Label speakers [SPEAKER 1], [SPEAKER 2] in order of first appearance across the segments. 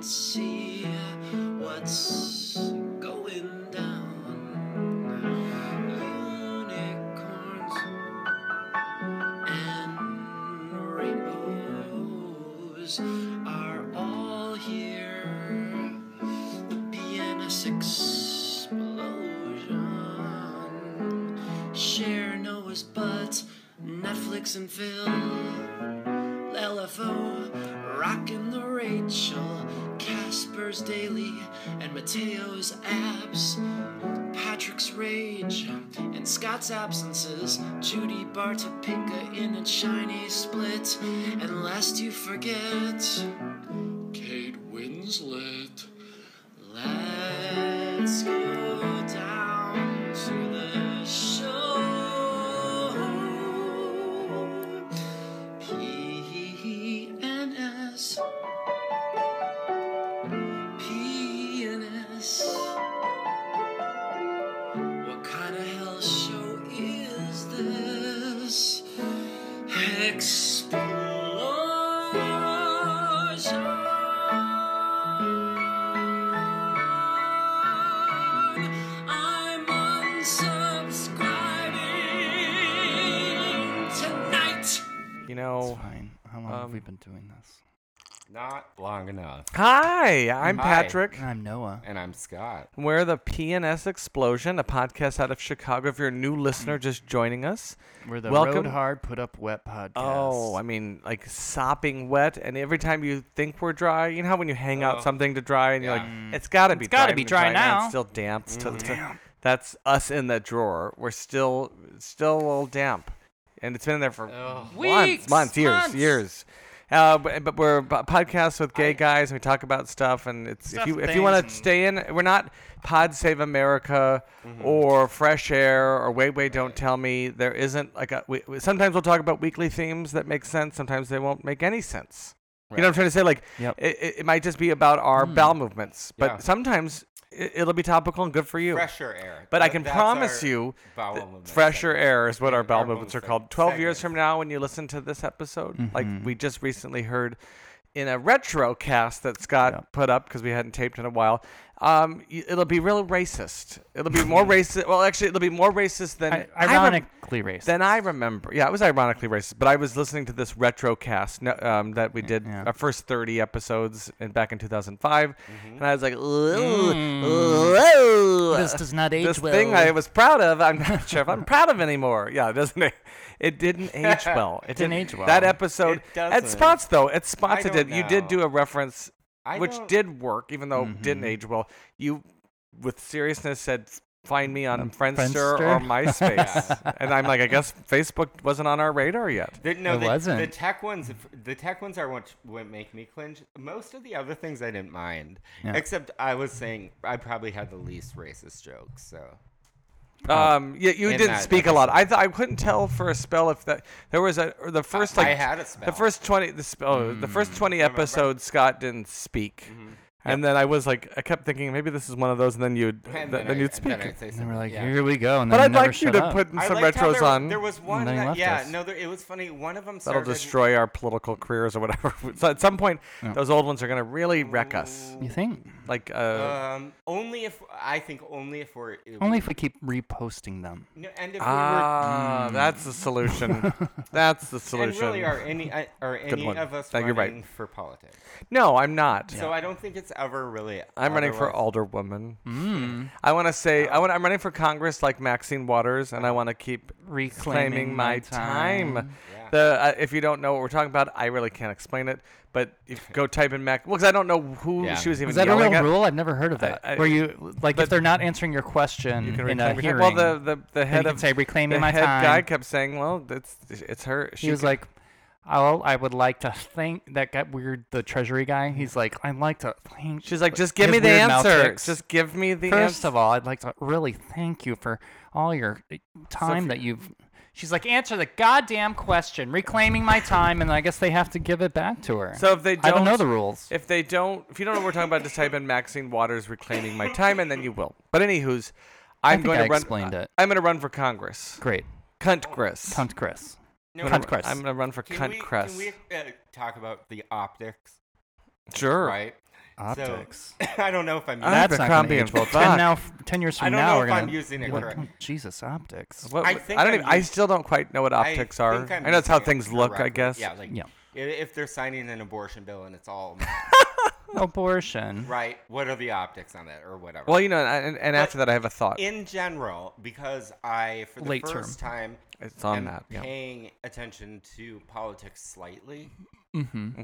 [SPEAKER 1] see what's going down. Unicorns and rainbows are all here. The pianist explosion. Share Noah's butts, Netflix and film. LFO, rockin' the Rachel, Casper's Daily, and Mateo's abs, Patrick's rage, and Scott's absences, Judy Bartopinka in a Chinese split, and lest you forget, Kate Winslet. Let's go down to the show. PNS. PNS. What kind of hell show is this? Explosion. I'm unsubscribing tonight.
[SPEAKER 2] You know.
[SPEAKER 3] Fine. How long have
[SPEAKER 2] Um,
[SPEAKER 3] we been doing this?
[SPEAKER 4] Not long enough.
[SPEAKER 2] Hi, I'm
[SPEAKER 4] Hi.
[SPEAKER 2] Patrick.
[SPEAKER 3] And I'm Noah.
[SPEAKER 4] And I'm Scott.
[SPEAKER 2] We're the PNS Explosion, a podcast out of Chicago. If you're a new listener just joining us,
[SPEAKER 3] We're the
[SPEAKER 2] Welcome-
[SPEAKER 3] Road Hard Put Up Wet podcast.
[SPEAKER 2] oh, I mean, like sopping wet. And every time you think we're dry, you know how when you hang out
[SPEAKER 4] Oh.
[SPEAKER 2] something to dry and you're
[SPEAKER 4] Yeah.
[SPEAKER 2] like, it's got to be
[SPEAKER 3] gotta
[SPEAKER 2] dry.
[SPEAKER 3] be
[SPEAKER 2] and
[SPEAKER 3] dry now.
[SPEAKER 2] It's still damp. Still, That's us in the drawer. We're still, still a little damp. And it's been in there for
[SPEAKER 4] Oh.
[SPEAKER 2] months,
[SPEAKER 4] Weeks,
[SPEAKER 2] months, years,
[SPEAKER 4] months.
[SPEAKER 2] years. Uh, but, but we're a po- podcast with gay guys, and we talk about stuff. And it's
[SPEAKER 3] Stuff,
[SPEAKER 2] if you if you
[SPEAKER 3] things,
[SPEAKER 2] want
[SPEAKER 3] and-
[SPEAKER 2] to stay in, we're not Pod Save America
[SPEAKER 3] Mm-hmm.
[SPEAKER 2] or Fresh Air or Wait Wait Don't Tell Me. There isn't like a. We, we- sometimes we'll talk about weekly themes that make sense. Sometimes they won't make any sense. You know what I'm trying to say? Like
[SPEAKER 3] Yep.
[SPEAKER 2] it, it, it might just be about our bowel movements, but
[SPEAKER 4] Yeah.
[SPEAKER 2] sometimes it, it'll be topical and good for you.
[SPEAKER 4] Fresher air.
[SPEAKER 2] But I
[SPEAKER 4] Th-
[SPEAKER 2] can
[SPEAKER 4] that's
[SPEAKER 2] promise
[SPEAKER 4] our
[SPEAKER 2] you,
[SPEAKER 4] bowel
[SPEAKER 2] that
[SPEAKER 4] movement
[SPEAKER 2] fresher
[SPEAKER 4] segment.
[SPEAKER 2] air is what our
[SPEAKER 4] Our
[SPEAKER 2] bowel
[SPEAKER 4] bowel
[SPEAKER 2] movements are
[SPEAKER 4] movement
[SPEAKER 2] called. Twelve years from
[SPEAKER 4] segments.
[SPEAKER 2] now, when you listen to this episode, like
[SPEAKER 3] Mm-hmm.
[SPEAKER 2] we just recently heard in a retro cast that Scott put up because we hadn't taped in a while, um, y- it'll be real racist. It'll be more racist. Well, actually, it'll be more racist than
[SPEAKER 3] I-
[SPEAKER 2] I rem-
[SPEAKER 3] ironically racist.
[SPEAKER 2] than I remember. Yeah, it was ironically racist, but I was listening to this retrocast no- um, that we did
[SPEAKER 3] Yeah.
[SPEAKER 2] our first 30 episodes in, back in 2005, and I was like, "Ooh, ooh,
[SPEAKER 3] Mm. This does not age
[SPEAKER 2] this
[SPEAKER 3] well.
[SPEAKER 2] thing I was proud of. I'm not sure if I'm proud of anymore. Yeah, it doesn't it? It didn't age well. It
[SPEAKER 3] Didn't age well.
[SPEAKER 2] That episode.
[SPEAKER 4] It
[SPEAKER 2] At
[SPEAKER 4] doesn't.
[SPEAKER 2] spots though, at spots
[SPEAKER 4] I
[SPEAKER 2] it did.
[SPEAKER 4] don't
[SPEAKER 2] You did
[SPEAKER 4] know.
[SPEAKER 2] do a reference,
[SPEAKER 4] I
[SPEAKER 2] which
[SPEAKER 4] don't- Mm-hmm.
[SPEAKER 2] did work, even though it didn't age well. You, with seriousness, said. Find me on
[SPEAKER 4] Mm-hmm.
[SPEAKER 2] Friendster, or
[SPEAKER 3] Friendster?
[SPEAKER 2] MySpace, and I'm like, I guess Facebook wasn't on our radar yet.
[SPEAKER 4] The, no,
[SPEAKER 3] It
[SPEAKER 4] the, the
[SPEAKER 3] wasn't.
[SPEAKER 4] tech ones. The tech ones are what, what make me cringe. Most of the other things I didn't mind,
[SPEAKER 3] Yeah.
[SPEAKER 4] except I was saying I probably had the least racist jokes. So
[SPEAKER 2] Um, yeah, you
[SPEAKER 4] Oh. In
[SPEAKER 2] didn't
[SPEAKER 4] that
[SPEAKER 2] speak a lot. I th- I couldn't tell for a spell if that there was a or the first like
[SPEAKER 4] I had a
[SPEAKER 2] the
[SPEAKER 4] spell.
[SPEAKER 2] first twenty the spell the
[SPEAKER 4] Mm.
[SPEAKER 2] first twenty episodes Scott didn't speak,
[SPEAKER 4] Mm-hmm.
[SPEAKER 2] and then I was like I kept thinking maybe this is one of those, and then you'd th-
[SPEAKER 4] And
[SPEAKER 2] then,
[SPEAKER 4] I-
[SPEAKER 2] you'd speak.
[SPEAKER 4] Then I'd say
[SPEAKER 3] and we're
[SPEAKER 4] something,
[SPEAKER 3] like,
[SPEAKER 4] yeah.
[SPEAKER 3] here we go. And then
[SPEAKER 2] but I'd
[SPEAKER 3] never
[SPEAKER 2] like you
[SPEAKER 3] shut
[SPEAKER 2] to
[SPEAKER 3] up.
[SPEAKER 2] put
[SPEAKER 4] I
[SPEAKER 2] some
[SPEAKER 4] liked how
[SPEAKER 2] retros
[SPEAKER 4] there,
[SPEAKER 2] on.
[SPEAKER 4] There was one.
[SPEAKER 3] then he
[SPEAKER 4] That,
[SPEAKER 3] left
[SPEAKER 4] yeah,
[SPEAKER 3] us.
[SPEAKER 4] no, there, it was funny. One of them
[SPEAKER 2] That'll
[SPEAKER 4] started.
[SPEAKER 2] destroy our political careers or whatever. so at some point, those old ones are gonna really wreck us.
[SPEAKER 3] You think?
[SPEAKER 2] Like, uh,
[SPEAKER 4] Um, only if I think only if we're
[SPEAKER 3] Only if we keep reposting them.
[SPEAKER 4] no, and if
[SPEAKER 2] ah,
[SPEAKER 3] Mm.
[SPEAKER 2] that's the solution. that's the
[SPEAKER 4] we were, and
[SPEAKER 2] solution.
[SPEAKER 4] really are any uh, are any
[SPEAKER 2] one.
[SPEAKER 4] of us
[SPEAKER 2] No, you're
[SPEAKER 4] running
[SPEAKER 2] right.
[SPEAKER 4] for politics?
[SPEAKER 2] no, I'm not.
[SPEAKER 4] So I don't think it's ever really.
[SPEAKER 2] I'm running for
[SPEAKER 4] otherwise-
[SPEAKER 2] alderwoman.
[SPEAKER 3] Hmm.
[SPEAKER 2] I want to say I want. I'm running for Congress like Maxine Waters, and I want to keep reclaiming
[SPEAKER 3] Reclaiming
[SPEAKER 2] my
[SPEAKER 3] my
[SPEAKER 2] time.
[SPEAKER 3] time.
[SPEAKER 4] Yeah.
[SPEAKER 2] The uh, if you don't know what we're talking about, I really can't explain it. But if go type in Mac, well, 'cause I don't know who
[SPEAKER 4] Yeah.
[SPEAKER 2] she was even
[SPEAKER 3] Is that a
[SPEAKER 2] yelling
[SPEAKER 3] real
[SPEAKER 2] at.
[SPEAKER 3] rule? I've never heard of that.
[SPEAKER 2] I-
[SPEAKER 3] Where you like
[SPEAKER 2] but-
[SPEAKER 3] if they're not answering your question
[SPEAKER 2] You can
[SPEAKER 3] in
[SPEAKER 2] reclaim your
[SPEAKER 3] a hearing.
[SPEAKER 2] time. Well, the the, the head
[SPEAKER 3] can
[SPEAKER 2] of
[SPEAKER 3] say, "Reclaiming
[SPEAKER 2] the
[SPEAKER 3] my
[SPEAKER 2] head guy
[SPEAKER 3] time.
[SPEAKER 2] kept saying, "Well, it's it's her." She
[SPEAKER 3] he was
[SPEAKER 2] ca-
[SPEAKER 3] like, "I'll, I would like to thank that guy weird, the treasury guy. He's like, I'd like to thank.
[SPEAKER 2] "She's like, just give
[SPEAKER 3] his
[SPEAKER 2] me the
[SPEAKER 3] weird mouth
[SPEAKER 2] answer.
[SPEAKER 3] ticks.
[SPEAKER 2] Just give me the
[SPEAKER 3] First
[SPEAKER 2] answer."
[SPEAKER 3] of all, I'd like to really thank you for all your uh, time that you've. She's like, answer the goddamn question, reclaiming my time, and I guess they have to give it back to her.
[SPEAKER 2] So if they
[SPEAKER 3] I don't know
[SPEAKER 2] don't-
[SPEAKER 3] the rules.
[SPEAKER 2] If they don't, if you don't know what we're talking about, just type in Maxine Waters reclaiming my time, and then you will. But anywho's, I'm
[SPEAKER 3] think
[SPEAKER 2] going
[SPEAKER 3] I
[SPEAKER 2] to run.
[SPEAKER 3] explained it.
[SPEAKER 2] I'm going to run for Congress.
[SPEAKER 3] Great,
[SPEAKER 2] Cuntgress.
[SPEAKER 3] cunt Chris.
[SPEAKER 4] No,
[SPEAKER 3] Cunt Chris.
[SPEAKER 2] I'm going to run for
[SPEAKER 4] Can we,
[SPEAKER 2] Cuntgress.
[SPEAKER 4] Can we uh, talk about the optics?
[SPEAKER 2] Sure.
[SPEAKER 4] Right.
[SPEAKER 3] Optics.
[SPEAKER 4] I don't know if I'm.
[SPEAKER 2] Uh,
[SPEAKER 4] using-
[SPEAKER 3] That's not gonna
[SPEAKER 2] Abercrombie and
[SPEAKER 3] age well.
[SPEAKER 2] Fitch.
[SPEAKER 3] Ten now, f- ten years
[SPEAKER 4] I
[SPEAKER 3] from
[SPEAKER 4] don't
[SPEAKER 3] now,
[SPEAKER 4] know
[SPEAKER 3] we're
[SPEAKER 4] if I'm
[SPEAKER 3] gonna-
[SPEAKER 4] using it
[SPEAKER 3] what-
[SPEAKER 4] correct.
[SPEAKER 3] Jesus, optics.
[SPEAKER 2] What,
[SPEAKER 4] I
[SPEAKER 2] I,
[SPEAKER 4] think
[SPEAKER 2] don't
[SPEAKER 4] I'm
[SPEAKER 2] even, I
[SPEAKER 4] used-
[SPEAKER 2] still don't quite know what optics are.
[SPEAKER 4] think I'm
[SPEAKER 2] I know it's how
[SPEAKER 4] using it
[SPEAKER 2] things look, I
[SPEAKER 4] correctly.
[SPEAKER 2] guess.
[SPEAKER 4] Yeah, like
[SPEAKER 3] Yeah.
[SPEAKER 4] i- if they're signing an abortion bill and it's all
[SPEAKER 3] Abortion.
[SPEAKER 4] right, what are the optics on that or whatever?
[SPEAKER 2] Well, you know, and, and after that, I have a thought.
[SPEAKER 4] in general, because I for the
[SPEAKER 3] Late term.
[SPEAKER 4] first time
[SPEAKER 2] It's on
[SPEAKER 4] am
[SPEAKER 2] that. Yeah.
[SPEAKER 4] paying attention to politics slightly.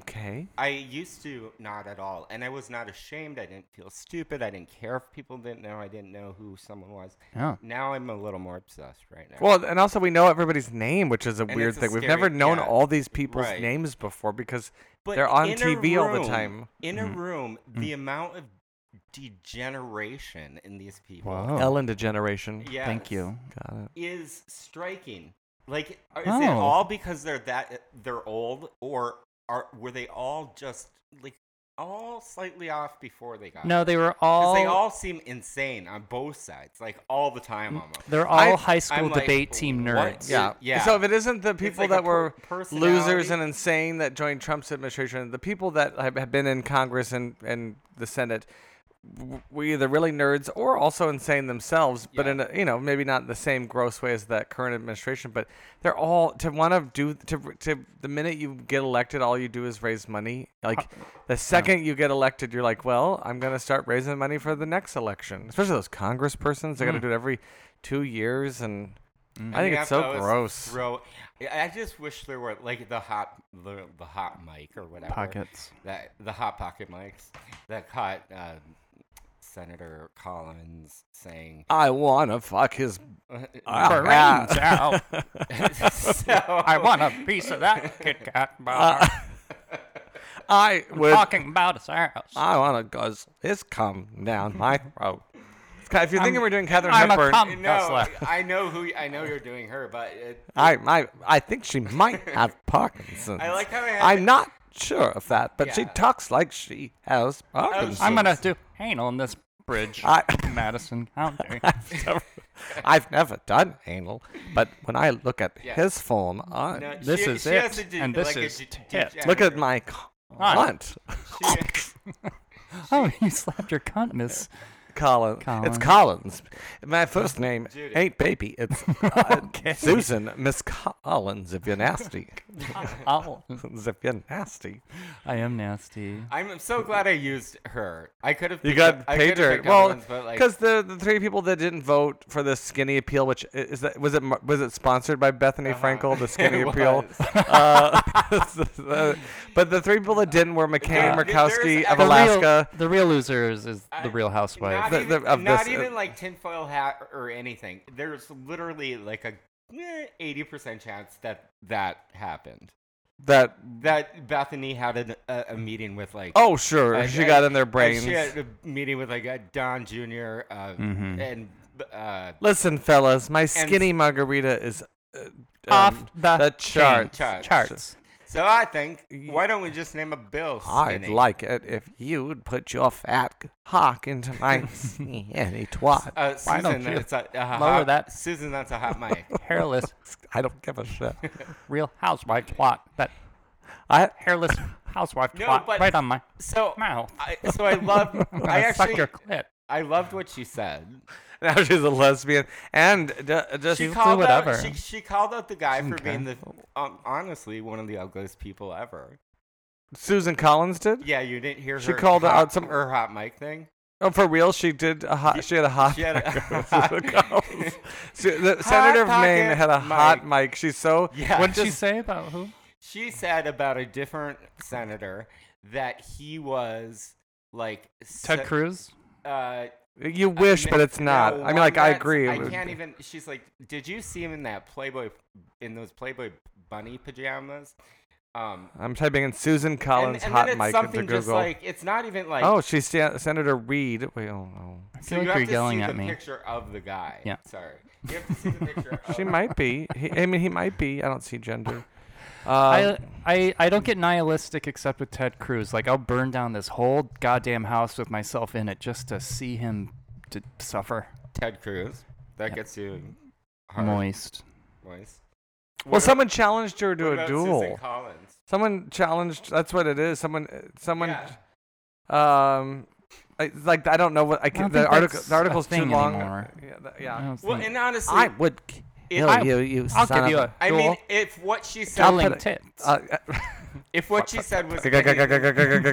[SPEAKER 2] Okay.
[SPEAKER 4] I used to not at all, and I was not ashamed. I didn't feel stupid. I didn't care if people didn't know. I didn't know who someone was.
[SPEAKER 3] Yeah.
[SPEAKER 4] Now I'm a little more obsessed right now.
[SPEAKER 2] Well, and also we know everybody's name, which is a
[SPEAKER 4] And
[SPEAKER 2] weird
[SPEAKER 4] it's a
[SPEAKER 2] thing. We've
[SPEAKER 4] scary-
[SPEAKER 2] never known
[SPEAKER 4] yeah,
[SPEAKER 2] all these people's
[SPEAKER 4] right.
[SPEAKER 2] names before because
[SPEAKER 4] But
[SPEAKER 2] they're on
[SPEAKER 4] in a
[SPEAKER 2] TV all the
[SPEAKER 4] room-
[SPEAKER 2] time. Mm-hmm. Mm.
[SPEAKER 4] In a room, the amount of degeneration in these people.
[SPEAKER 3] Whoa.
[SPEAKER 2] Ellen DeGeneration.
[SPEAKER 4] Yes,
[SPEAKER 3] Thank you.
[SPEAKER 2] Got it.
[SPEAKER 4] Is striking. Like, is it
[SPEAKER 3] Oh.
[SPEAKER 4] all because they're that they're old, or are were they all just like all slightly off before they got?
[SPEAKER 3] No, they were
[SPEAKER 4] 'Cause
[SPEAKER 3] all.
[SPEAKER 4] they all seem insane on both sides, like all the time almost.
[SPEAKER 3] They're all
[SPEAKER 2] I-
[SPEAKER 3] high school
[SPEAKER 4] I'm like,
[SPEAKER 3] debate team
[SPEAKER 4] what?
[SPEAKER 3] nerds.
[SPEAKER 4] Yeah.
[SPEAKER 2] Yeah. So if it isn't the people
[SPEAKER 4] like a
[SPEAKER 2] that
[SPEAKER 4] per-
[SPEAKER 2] were losers
[SPEAKER 4] personality.
[SPEAKER 2] and insane that joined Trump's administration, the people that have have been in Congress and, and the Senate w- were either really nerds or also insane themselves, but
[SPEAKER 4] Yeah.
[SPEAKER 2] in a, you know maybe not in the same gross way as that current administration. But they're all to want to do to to the minute you get elected, all you do is raise money.
[SPEAKER 4] Uh,
[SPEAKER 2] Like the second you get elected, you're like, well, I'm gonna start raising money for the next election. Especially those Congresspersons, they got to do it every two years and. I think
[SPEAKER 4] Mm. You
[SPEAKER 2] it's
[SPEAKER 4] have to
[SPEAKER 2] so
[SPEAKER 4] always
[SPEAKER 2] gross.
[SPEAKER 4] Throw, I I just wish there were like the hot, the, the hot mic or whatever
[SPEAKER 3] Pockets.
[SPEAKER 4] that the hot pocket mics that caught uh, Senator Collins saying.
[SPEAKER 2] I wanna fuck his.
[SPEAKER 3] Brains out. I
[SPEAKER 4] so,
[SPEAKER 3] want a piece of that Kit Kat bar.
[SPEAKER 2] I
[SPEAKER 3] I'm
[SPEAKER 2] would.
[SPEAKER 3] talking about his house.
[SPEAKER 2] I wanna guzzle his cum down my throat. It's kind- If you're thinking we're doing Catherine
[SPEAKER 3] I'm a
[SPEAKER 2] Hepburn,
[SPEAKER 3] cum
[SPEAKER 4] no,
[SPEAKER 3] guzzler.
[SPEAKER 4] I know who I know you're doing her, but it,
[SPEAKER 2] I, I, I think she might have Parkinson's.
[SPEAKER 4] I like how I had
[SPEAKER 2] I'm
[SPEAKER 4] to-
[SPEAKER 2] not sure of that, but she
[SPEAKER 4] Yeah.
[SPEAKER 2] talks like she has Parkinson's.
[SPEAKER 3] I'm gonna do anal in this bridge,
[SPEAKER 2] I-
[SPEAKER 3] in Madison County.
[SPEAKER 2] I've never, I've never done anal, but when I look at
[SPEAKER 4] Yeah.
[SPEAKER 2] his form, I
[SPEAKER 4] no,
[SPEAKER 3] This
[SPEAKER 4] she-
[SPEAKER 3] is
[SPEAKER 4] she has
[SPEAKER 3] it,
[SPEAKER 4] to do,
[SPEAKER 3] and this
[SPEAKER 4] like, a
[SPEAKER 3] is
[SPEAKER 4] de-
[SPEAKER 3] tit.
[SPEAKER 4] degenerate-
[SPEAKER 2] look at my cunt.
[SPEAKER 4] She-
[SPEAKER 3] oh, you slapped your cunt, miss.
[SPEAKER 2] Collins. It's
[SPEAKER 3] Collins.
[SPEAKER 2] Collins. My first name
[SPEAKER 4] Judy.
[SPEAKER 2] ain't Baby. It's uh, Susan Miss Collins. If you're nasty,
[SPEAKER 3] Oh,
[SPEAKER 2] if you're nasty,
[SPEAKER 3] I am nasty.
[SPEAKER 4] I'm so glad I used her. I could have.
[SPEAKER 2] you
[SPEAKER 4] picked
[SPEAKER 2] got
[SPEAKER 4] up- I could have
[SPEAKER 2] pager.
[SPEAKER 4] picked other
[SPEAKER 2] Well,
[SPEAKER 4] ones, but, like,
[SPEAKER 2] because the, the three people that didn't vote for the skinny appeal, which i- is that was it mar- was it sponsored by Bethany Frankel, the skinny
[SPEAKER 4] Uh-huh. It
[SPEAKER 2] appeal.
[SPEAKER 4] was.
[SPEAKER 2] Uh, but the three people that didn't were McCain,
[SPEAKER 4] Yeah, uh, there- there's
[SPEAKER 2] Murkowski of
[SPEAKER 4] actually-
[SPEAKER 3] The
[SPEAKER 2] Alaska.
[SPEAKER 3] real, the real losers is the
[SPEAKER 4] I-
[SPEAKER 3] real housewife.
[SPEAKER 4] Not,
[SPEAKER 2] The-
[SPEAKER 4] even,
[SPEAKER 2] the- of
[SPEAKER 4] not
[SPEAKER 2] this, uh,
[SPEAKER 4] even like tinfoil hat or anything. There's literally like a eh, eighty percent chance that that happened.
[SPEAKER 2] That
[SPEAKER 4] That Bethany had an, a, a meeting with like.
[SPEAKER 2] oh sure,
[SPEAKER 4] uh,
[SPEAKER 2] she
[SPEAKER 4] uh,
[SPEAKER 2] got in their
[SPEAKER 4] uh,
[SPEAKER 2] brains. Mm-hmm.
[SPEAKER 4] She had a meeting with like a Don Jr. Uh, and uh,
[SPEAKER 2] Listen, fellas, my skinny margarita is uh, um,
[SPEAKER 3] Off the,
[SPEAKER 2] charts.
[SPEAKER 3] chain.
[SPEAKER 4] Charts.
[SPEAKER 3] charts.
[SPEAKER 4] so I think why don't we just name a bill?
[SPEAKER 2] I'd
[SPEAKER 4] Skinny?
[SPEAKER 2] like it if you'd put your fat cock into my skinny twat.
[SPEAKER 4] Uh,
[SPEAKER 3] Why don't
[SPEAKER 4] Susan,
[SPEAKER 3] you
[SPEAKER 4] that's a, a
[SPEAKER 3] lower
[SPEAKER 4] hot,
[SPEAKER 3] that?
[SPEAKER 4] Susan, that's a hot mic.
[SPEAKER 3] Hairless,
[SPEAKER 2] I don't give a shit.
[SPEAKER 3] real housewife twat. That
[SPEAKER 2] I
[SPEAKER 3] hairless housewife
[SPEAKER 4] No,
[SPEAKER 3] twat
[SPEAKER 4] but-
[SPEAKER 3] right on my
[SPEAKER 4] So,
[SPEAKER 3] mouth.
[SPEAKER 4] I, so I love. I
[SPEAKER 3] I suck
[SPEAKER 4] actually,
[SPEAKER 3] your clit.
[SPEAKER 4] I loved what she said.
[SPEAKER 2] now she's a lesbian and d- just
[SPEAKER 4] She
[SPEAKER 3] do
[SPEAKER 4] called
[SPEAKER 3] whatever.
[SPEAKER 4] out. She, she called out the guy for
[SPEAKER 3] Okay.
[SPEAKER 4] being the um, honestly one of the ugliest people ever.
[SPEAKER 2] Susan Collins did.
[SPEAKER 4] Yeah, you didn't hear.
[SPEAKER 2] She
[SPEAKER 4] her
[SPEAKER 2] called
[SPEAKER 4] hot,
[SPEAKER 2] out some-
[SPEAKER 4] her hot mic thing.
[SPEAKER 2] Oh, for real, she did. A hot, she had a hot.
[SPEAKER 4] She had a-
[SPEAKER 2] mic with Susan Collins. She- the senator of Maine
[SPEAKER 4] pocket
[SPEAKER 2] had a hot
[SPEAKER 4] mic.
[SPEAKER 2] mic. She's so
[SPEAKER 4] Yeah,
[SPEAKER 3] What did she
[SPEAKER 4] just-
[SPEAKER 3] say about who?
[SPEAKER 4] She said about a different senator that he was like
[SPEAKER 3] Ted
[SPEAKER 4] se-
[SPEAKER 3] Cruz.
[SPEAKER 4] Uh,
[SPEAKER 2] you wish,
[SPEAKER 4] no-
[SPEAKER 2] but it's not.
[SPEAKER 4] no,
[SPEAKER 2] I mean,
[SPEAKER 4] one
[SPEAKER 2] like I
[SPEAKER 4] that's-
[SPEAKER 2] agree.
[SPEAKER 4] I
[SPEAKER 2] It would-
[SPEAKER 4] can't even. She's like, did you see him in that Playboy, in those Playboy bunny pajamas? Um,
[SPEAKER 2] I'm typing in Susan
[SPEAKER 4] and,
[SPEAKER 2] Collins
[SPEAKER 4] and
[SPEAKER 2] hot
[SPEAKER 4] then it's
[SPEAKER 2] mic into
[SPEAKER 4] something
[SPEAKER 2] Google.
[SPEAKER 4] just like it's not even like
[SPEAKER 2] oh, she's Sen- Senator Reed. Wait, oh no.
[SPEAKER 3] I
[SPEAKER 4] So
[SPEAKER 3] feel
[SPEAKER 4] you
[SPEAKER 3] like
[SPEAKER 4] have
[SPEAKER 3] you're
[SPEAKER 4] to
[SPEAKER 3] yelling
[SPEAKER 4] see
[SPEAKER 3] at
[SPEAKER 4] the
[SPEAKER 3] me.
[SPEAKER 4] picture of the guy.
[SPEAKER 3] Yeah.
[SPEAKER 4] Sorry. You have to see the picture. of
[SPEAKER 2] She might be. He, I mean, he might be. I don't see gender. Um,
[SPEAKER 3] I, I, I don't get nihilistic except with Ted Cruz. Like I'll burn down this whole goddamn house with myself in it just to see him to suffer.
[SPEAKER 4] Ted Cruz. That gets you hard.
[SPEAKER 3] Moist.
[SPEAKER 4] Moist.
[SPEAKER 2] well, someone challenged her to
[SPEAKER 4] What
[SPEAKER 2] a
[SPEAKER 4] about
[SPEAKER 2] duel.
[SPEAKER 4] Susan Collins.
[SPEAKER 2] Someone challenged. That's what it is. Someone. Someone.
[SPEAKER 4] Yeah.
[SPEAKER 2] Um, I, like I don't know what I
[SPEAKER 3] don't
[SPEAKER 2] can. The
[SPEAKER 3] think
[SPEAKER 2] article
[SPEAKER 3] that's
[SPEAKER 2] the article's
[SPEAKER 3] a
[SPEAKER 2] too
[SPEAKER 3] thing
[SPEAKER 2] long.
[SPEAKER 3] anymore.
[SPEAKER 2] Yeah, th-
[SPEAKER 3] I
[SPEAKER 2] yeah.
[SPEAKER 3] don't
[SPEAKER 4] Well,
[SPEAKER 3] think-
[SPEAKER 4] and honestly,
[SPEAKER 2] I would kill
[SPEAKER 3] I-
[SPEAKER 2] you. You.
[SPEAKER 3] I'll
[SPEAKER 2] son
[SPEAKER 3] give you
[SPEAKER 2] of,
[SPEAKER 3] a.
[SPEAKER 4] I mean,
[SPEAKER 3] dual-
[SPEAKER 4] if what she said,
[SPEAKER 2] I'll put
[SPEAKER 3] dueling
[SPEAKER 2] it-
[SPEAKER 3] tits.
[SPEAKER 2] Uh,
[SPEAKER 4] if what she said was, anything-
[SPEAKER 2] uh,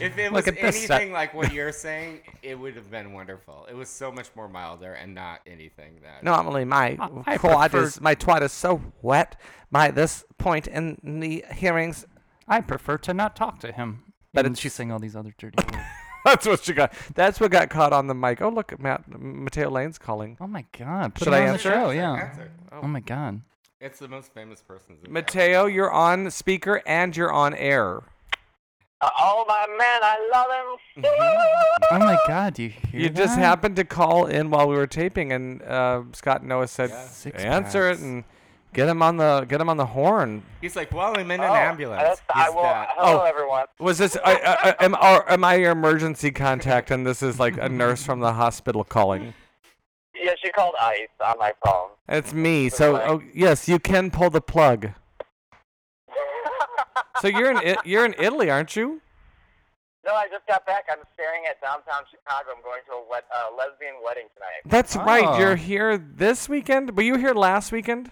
[SPEAKER 4] if it was
[SPEAKER 3] Look at this
[SPEAKER 4] anything
[SPEAKER 3] set.
[SPEAKER 4] like what you're saying, it would have been wonderful. It was so much more milder and not anything that.
[SPEAKER 2] Normally, my
[SPEAKER 3] I
[SPEAKER 2] quad
[SPEAKER 3] prefer-
[SPEAKER 2] is my twat is so wet by this point in the hearings.
[SPEAKER 3] I prefer to not talk to him.
[SPEAKER 2] But
[SPEAKER 3] But
[SPEAKER 2] it's-
[SPEAKER 3] she's saying all these other dirty words.
[SPEAKER 2] That's what she got. That's what got caught on the mic. Oh look, Matt Mateo Lane's calling.
[SPEAKER 3] Oh my god. Put
[SPEAKER 2] Should
[SPEAKER 3] him
[SPEAKER 2] I
[SPEAKER 3] on
[SPEAKER 2] answer?
[SPEAKER 3] The show,
[SPEAKER 4] Answer,
[SPEAKER 3] yeah.
[SPEAKER 4] answer.
[SPEAKER 3] Oh my god.
[SPEAKER 4] It's the most famous person's. in
[SPEAKER 2] Mateo, you're on speaker and you're on air.
[SPEAKER 5] Oh my man, I love him.
[SPEAKER 3] Oh my god. Do you hear
[SPEAKER 2] You just
[SPEAKER 3] that?
[SPEAKER 2] happened to call in while we were taping, and uh, Scott and Noah said,
[SPEAKER 3] Six
[SPEAKER 2] "Answer
[SPEAKER 3] packs.
[SPEAKER 2] it and get him on the get him on the horn."
[SPEAKER 4] He's like, well, I'm in an
[SPEAKER 5] Oh,
[SPEAKER 4] ambulance.
[SPEAKER 5] that's- I
[SPEAKER 4] He's
[SPEAKER 5] will.
[SPEAKER 4] that.
[SPEAKER 5] Hello,
[SPEAKER 2] Oh.
[SPEAKER 5] everyone.
[SPEAKER 2] Was this I, I, I, am are, am I your emergency contact? And this is like a nurse from the hospital calling.
[SPEAKER 5] Yeah, she called ICE on my phone.
[SPEAKER 2] It's me. So oh, yes, you can pull the plug. So you're in I- you're in Italy, aren't you?
[SPEAKER 5] no, I just got back. I'm staring at downtown Chicago. I'm going to a wed- uh, lesbian wedding tonight.
[SPEAKER 2] That's right.
[SPEAKER 3] Oh.
[SPEAKER 2] You're here this weekend. Were you here last weekend?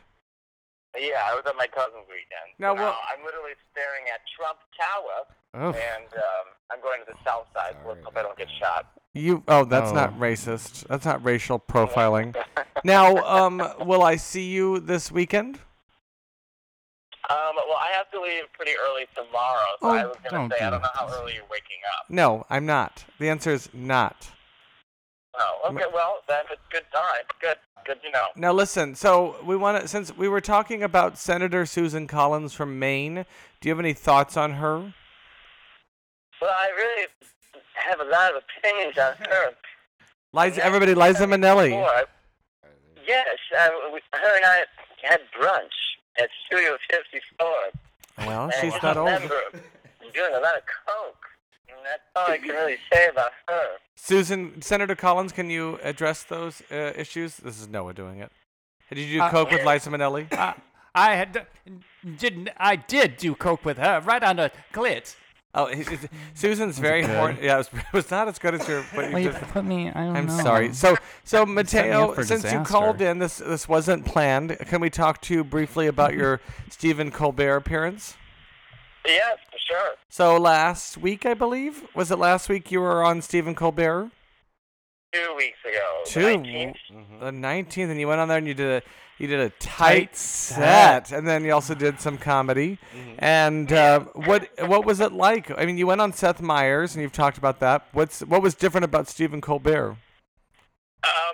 [SPEAKER 5] Yeah, I was at my cousin's weekend.
[SPEAKER 2] Now, well-
[SPEAKER 5] I'm literally staring at Trump Tower,
[SPEAKER 3] Oof.
[SPEAKER 5] and um, I'm going to the south side. Let's hope I don't get shot.
[SPEAKER 2] You oh, that's not
[SPEAKER 3] Oh.
[SPEAKER 2] racist. That's not racial profiling. now, um, will I see you this weekend?
[SPEAKER 5] Um, well, I have to leave pretty early tomorrow, so
[SPEAKER 3] Oh,
[SPEAKER 5] I was going
[SPEAKER 3] don't
[SPEAKER 5] to say,
[SPEAKER 3] do
[SPEAKER 5] I don't know how
[SPEAKER 3] that.
[SPEAKER 5] early you're waking up.
[SPEAKER 2] No, I'm not. The answer is not.
[SPEAKER 5] Oh, okay, well, then it's good. All right, good. Good to know.
[SPEAKER 2] Now listen. So we want to since we were talking about Senator Susan Collins from Maine. Do you have any thoughts on her?
[SPEAKER 5] Well, I really have a lot of opinions on her.
[SPEAKER 2] Liza, everybody, Liza Minnelli.
[SPEAKER 5] Before, yes, I, we- her and I had brunch at Studio 54.
[SPEAKER 2] Well,
[SPEAKER 5] and
[SPEAKER 2] she's
[SPEAKER 5] I
[SPEAKER 2] not old.
[SPEAKER 5] remember doing a lot of coke. And that's all I can really say about her.
[SPEAKER 2] Susan, Senator Collins, can you address those uh, issues? This is Noah doing it. Did you do
[SPEAKER 3] Uh,
[SPEAKER 2] coke with Liza Minnelli?
[SPEAKER 3] I, I had didn't I did do coke with her right on the clit.
[SPEAKER 2] Oh, it- it- Susan's very horny. Yeah, it was, it was not as good as your. But
[SPEAKER 3] Well,
[SPEAKER 2] you
[SPEAKER 3] you
[SPEAKER 2] just,
[SPEAKER 3] put me. I don't
[SPEAKER 2] I'm
[SPEAKER 3] know.
[SPEAKER 2] sorry. So, so
[SPEAKER 3] set me up
[SPEAKER 2] Mateo,
[SPEAKER 3] for
[SPEAKER 2] since you
[SPEAKER 3] disaster.
[SPEAKER 2] called in, this this wasn't planned. Can we talk to you briefly about your Stephen Colbert appearance?
[SPEAKER 5] Yes, for sure.
[SPEAKER 2] So last week, I believe, was it last week you were on Stephen Colbert?
[SPEAKER 5] Two weeks ago. the
[SPEAKER 2] Two. Mm-hmm.
[SPEAKER 5] 19th.
[SPEAKER 2] The 19th, and you went on there and you did a you did a tight,
[SPEAKER 3] Tight
[SPEAKER 2] set. and then you also did some comedy. And uh, what what was it like? I mean, you went on Seth Meyers, and you've talked about that. What's what was different about Stephen Colbert?
[SPEAKER 5] Um,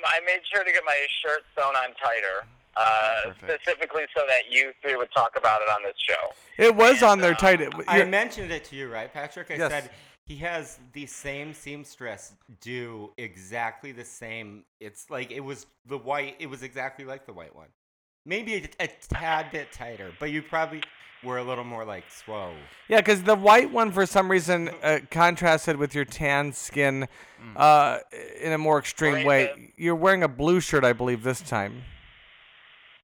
[SPEAKER 5] I made sure to get my shirt sewn on tighter, uh, specifically so that you three would talk about it on this show.
[SPEAKER 2] It was on their tight.
[SPEAKER 4] I
[SPEAKER 2] you're-
[SPEAKER 4] mentioned it to you, right, Patrick? I
[SPEAKER 2] Yes.
[SPEAKER 4] said he has the same seamstress do exactly the same. It's like it was the white. It was exactly like the white one. Maybe a, a tad bit tighter, but you probably were a little more like swole.
[SPEAKER 2] Yeah, because the white one, for some reason, uh, contrasted with your tan skin uh, in a more extreme way.
[SPEAKER 5] Racist.
[SPEAKER 2] You're wearing a blue shirt, I believe, this time.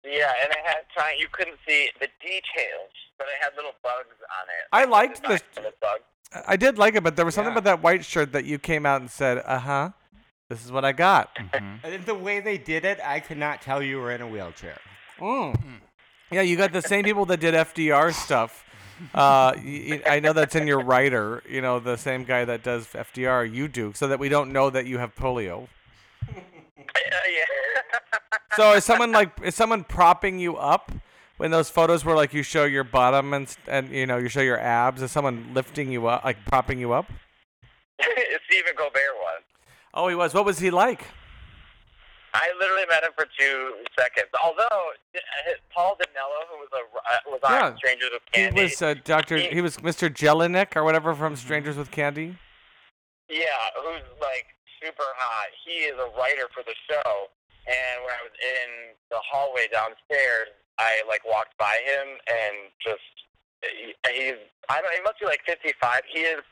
[SPEAKER 5] Yeah, and it had time. You couldn't see the details, but it had little bugs on it.
[SPEAKER 2] I liked
[SPEAKER 5] Design
[SPEAKER 2] the-
[SPEAKER 5] for the bug.
[SPEAKER 2] I- I did like it, but there was something
[SPEAKER 4] Yeah.
[SPEAKER 2] about that white shirt that you came out and said, uh huh, this is what I got.
[SPEAKER 4] And then the way they did it, I could not tell you were in a wheelchair.
[SPEAKER 2] Mm. Yeah, you got the same people that did FDR stuff. Uh, y- y- I know that's in your writer, you know, the same guy that does FDR, you do, so that we don't know that you have polio.
[SPEAKER 5] Uh, yeah.
[SPEAKER 2] So is someone like is someone propping you up when those photos were like you show your bottom and s- and you know you show your abs? Is someone lifting you up, like propping you up?
[SPEAKER 5] Stephen Colbert was.
[SPEAKER 2] Oh, he was. What was he like?
[SPEAKER 5] I literally met him for two seconds. Although uh, Paul DeMello, who was a uh, was on
[SPEAKER 2] Yeah.
[SPEAKER 5] Strangers with
[SPEAKER 2] He
[SPEAKER 5] Candy,
[SPEAKER 2] was uh, Doctor. He was Mr. Jelinek or whatever from Strangers with Candy.
[SPEAKER 5] yeah, who's like super hot. He is a writer for the show. And when I was in the hallway downstairs, I like walked by him and just he- he's I don't. He must be like 55. He is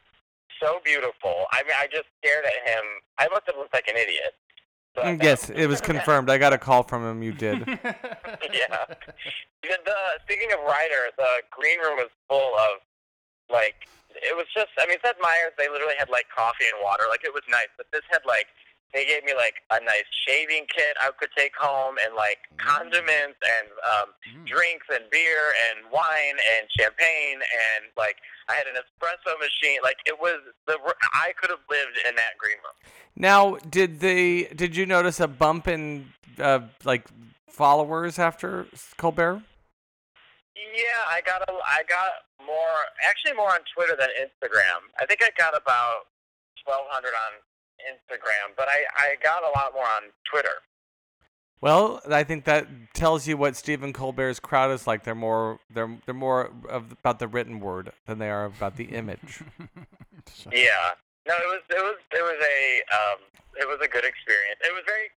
[SPEAKER 5] so beautiful. I mean, I just stared at him. I must have looked like an idiot. But,
[SPEAKER 2] Mm, Yes, it was confirmed. I got a call from him. You did.
[SPEAKER 5] yeah. The, the speaking of writer, the green room was full of like it was just, I mean, Seth Meyers, they literally had like coffee and water. Like, it was nice. But this had like, they gave me like a nice shaving kit I could take home and like condiments and um, drinks and beer and wine and champagne. And like, I had an espresso machine. Like, it was, the I could have lived in that green room.
[SPEAKER 2] Now, did they? Did you notice a bump in uh, like followers after Colbert?
[SPEAKER 5] Yeah, I got a, I got more actually more on Twitter than Instagram. I think I got about twelve hundred on Instagram, but I I got a lot more on Twitter.
[SPEAKER 2] Well, I think that tells you what Stephen Colbert's crowd is like. They're more they're they're more of, about the written word than they are about the image.
[SPEAKER 5] Yeah. No, it was it was it was a um, it was a good experience. It was very.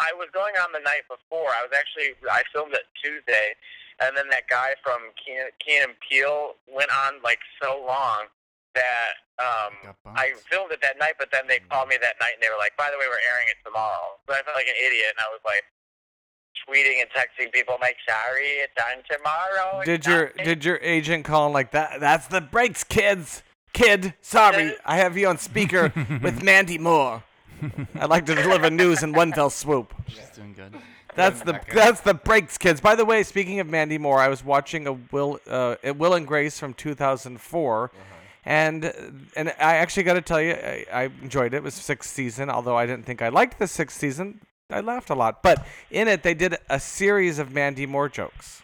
[SPEAKER 5] I was going on the night before. I was actually I filmed it Tuesday, and then that guy from Keenan Keenan Peel went on like so long that um,
[SPEAKER 3] Got bumped.
[SPEAKER 5] I filmed it that night. But then they called me that night and they were like, "By the way, we're airing it tomorrow." So I felt like an idiot, and I was like tweeting and texting people, like, "Sorry, it's on tomorrow." It's
[SPEAKER 2] Did
[SPEAKER 5] not
[SPEAKER 2] your did your agent call and like that? That's the breaks, kids. Kid, sorry, I have you on speaker with Mandy Moore. I'd like to deliver news in one fell swoop.
[SPEAKER 3] She's doing good.
[SPEAKER 2] That's the that's the breaks, kids. By the way, speaking of Mandy Moore, I was watching a Will uh, a Will and Grace from 2004,
[SPEAKER 3] Uh-huh.
[SPEAKER 2] and and I actually got to tell you, I, I enjoyed it. It was sixth season, although I didn't think I liked the sixth season. I laughed a lot, but in it they did a series of Mandy Moore jokes.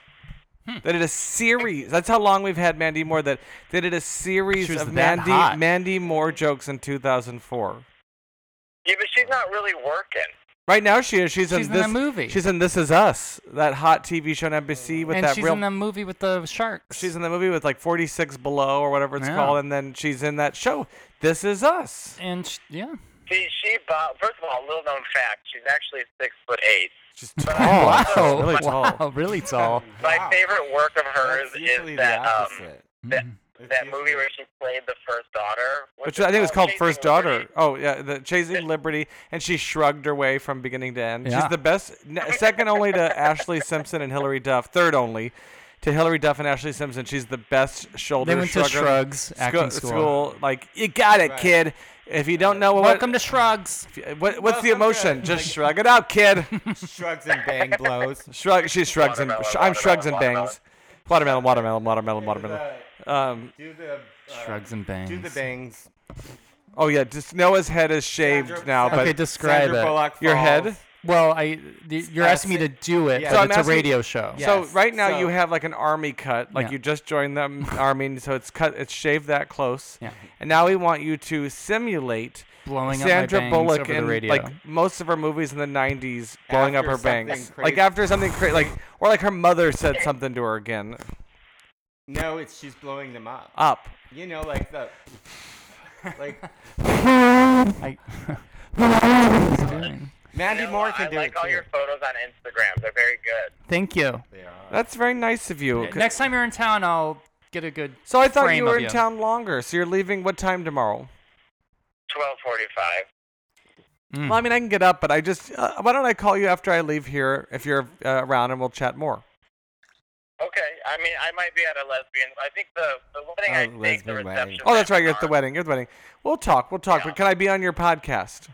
[SPEAKER 3] Hmm.
[SPEAKER 2] They did a series. That's how long we've had Mandy Moore. That they did a series
[SPEAKER 3] She was
[SPEAKER 2] of
[SPEAKER 3] that
[SPEAKER 2] Mandy
[SPEAKER 3] hot.
[SPEAKER 2] Mandy Moore jokes in 2004.
[SPEAKER 5] Yeah, but she's not really working.
[SPEAKER 2] Right now she is. She's,
[SPEAKER 3] She's in
[SPEAKER 2] this
[SPEAKER 3] a movie.
[SPEAKER 2] She's in This Is Us, that hot TV show on NBC with
[SPEAKER 3] and
[SPEAKER 2] that
[SPEAKER 3] she's
[SPEAKER 2] real.
[SPEAKER 3] in the movie with the sharks.
[SPEAKER 2] she's in the movie with like 46 Below or whatever it's
[SPEAKER 3] Yeah.
[SPEAKER 2] called, and then she's in that show. This Is Us.
[SPEAKER 3] and sh yeah,
[SPEAKER 5] She, she bought, first of all, little known fact, she's actually six foot eight.
[SPEAKER 2] She's
[SPEAKER 5] But
[SPEAKER 2] tall.
[SPEAKER 5] I-
[SPEAKER 2] She's Oh, really
[SPEAKER 3] wow,
[SPEAKER 2] tall.
[SPEAKER 3] really tall.
[SPEAKER 5] my
[SPEAKER 4] Wow.
[SPEAKER 5] favorite work of hers
[SPEAKER 4] That's usually
[SPEAKER 5] is that
[SPEAKER 4] the
[SPEAKER 5] um,
[SPEAKER 4] opposite.
[SPEAKER 5] that,
[SPEAKER 4] It's
[SPEAKER 5] that
[SPEAKER 4] usually-
[SPEAKER 5] movie where she played the first daughter.
[SPEAKER 2] Which
[SPEAKER 5] is
[SPEAKER 2] I think it's called
[SPEAKER 5] Chasing
[SPEAKER 2] First Daughter.
[SPEAKER 5] Liberty.
[SPEAKER 2] Oh yeah, the Chasing Liberty, and she shrugged her way from beginning to end.
[SPEAKER 3] Yeah.
[SPEAKER 2] She's the best, ne- second only to Ashley Simpson and Hilary Duff, third only to Hilary Duff and Ashley Simpson. She's the best shoulder.
[SPEAKER 3] They went to
[SPEAKER 2] shrugger
[SPEAKER 3] Shrugs acting
[SPEAKER 2] sco-
[SPEAKER 3] school.
[SPEAKER 2] Like you got it,
[SPEAKER 4] Right.
[SPEAKER 2] kid. If you don't know what
[SPEAKER 3] Welcome to Shrugs.
[SPEAKER 2] What, what's the
[SPEAKER 4] Welcome to-
[SPEAKER 2] emotion? Just shrug it out, kid.
[SPEAKER 4] Shrugs and bang blows.
[SPEAKER 2] Shrug. She shrugs and
[SPEAKER 5] Watermelon,
[SPEAKER 2] sh- I'm shrugs and
[SPEAKER 5] watermelon,
[SPEAKER 2] bangs. Watermelon, watermelon, watermelon, watermelon. Um.
[SPEAKER 4] Do the uh,
[SPEAKER 3] Shrugs and bangs.
[SPEAKER 4] Do the bangs.
[SPEAKER 2] Oh yeah. Just Noah's head is shaved
[SPEAKER 4] Sandra-
[SPEAKER 2] now,
[SPEAKER 4] Sandra-
[SPEAKER 2] but
[SPEAKER 3] Okay, describe
[SPEAKER 4] Sandra
[SPEAKER 3] it.
[SPEAKER 4] Bullock
[SPEAKER 2] your
[SPEAKER 4] falls.
[SPEAKER 2] head.
[SPEAKER 3] Well, I th- you're
[SPEAKER 4] Uh,
[SPEAKER 3] asking me
[SPEAKER 4] so-
[SPEAKER 3] to do it,
[SPEAKER 4] yeah.
[SPEAKER 3] but
[SPEAKER 4] So
[SPEAKER 2] I'm
[SPEAKER 3] it's a
[SPEAKER 2] asking-
[SPEAKER 3] radio show.
[SPEAKER 4] Yeah.
[SPEAKER 2] So
[SPEAKER 4] Yes,
[SPEAKER 2] right now you
[SPEAKER 4] so-
[SPEAKER 2] have like an army cut, like
[SPEAKER 3] Yeah.
[SPEAKER 2] you just joined the m- army, so it's cut, it's shaved that close.
[SPEAKER 3] Yeah.
[SPEAKER 2] And now we want you to simulate
[SPEAKER 3] Blowing up my
[SPEAKER 2] Sandra
[SPEAKER 3] bangs
[SPEAKER 2] Bullock
[SPEAKER 3] over the
[SPEAKER 2] in
[SPEAKER 3] radio.
[SPEAKER 2] like most of her movies in the '90s, blowing up
[SPEAKER 4] After
[SPEAKER 2] her bangs,
[SPEAKER 4] something
[SPEAKER 2] like
[SPEAKER 4] crazy.
[SPEAKER 2] after something crazy, like or like her mother said something to her again.
[SPEAKER 4] No, it's she's blowing them up.
[SPEAKER 2] Up.
[SPEAKER 4] You know, like the like
[SPEAKER 3] I, What is he doing?
[SPEAKER 4] Mandy
[SPEAKER 5] No,
[SPEAKER 4] Moore
[SPEAKER 5] I
[SPEAKER 4] can do
[SPEAKER 5] like
[SPEAKER 4] it
[SPEAKER 5] all
[SPEAKER 4] too.
[SPEAKER 5] your photos on Instagram. They're very good.
[SPEAKER 3] Thank you.
[SPEAKER 4] They are.
[SPEAKER 2] That's very nice of you. C-
[SPEAKER 3] Next time you're in town, I'll get a good.
[SPEAKER 2] So I thought
[SPEAKER 3] frame
[SPEAKER 2] you were
[SPEAKER 3] of
[SPEAKER 2] in town longer. So you're leaving what time tomorrow?
[SPEAKER 5] Twelve forty-five.
[SPEAKER 3] Mm.
[SPEAKER 2] Well, I mean, I can get up, but I just uh, why don't I call you after I leave here if you're uh, around and we'll chat more.
[SPEAKER 5] Okay, I mean, I might be at a lesbian. I think the the
[SPEAKER 4] Oh,
[SPEAKER 5] wedding I think the
[SPEAKER 4] lesbian wedding.
[SPEAKER 5] reception.
[SPEAKER 2] Oh, that's right. You're at the
[SPEAKER 5] tomorrow.
[SPEAKER 2] wedding. You're at the wedding. We'll talk. We'll talk.
[SPEAKER 5] Yeah.
[SPEAKER 2] But can I be on your podcast?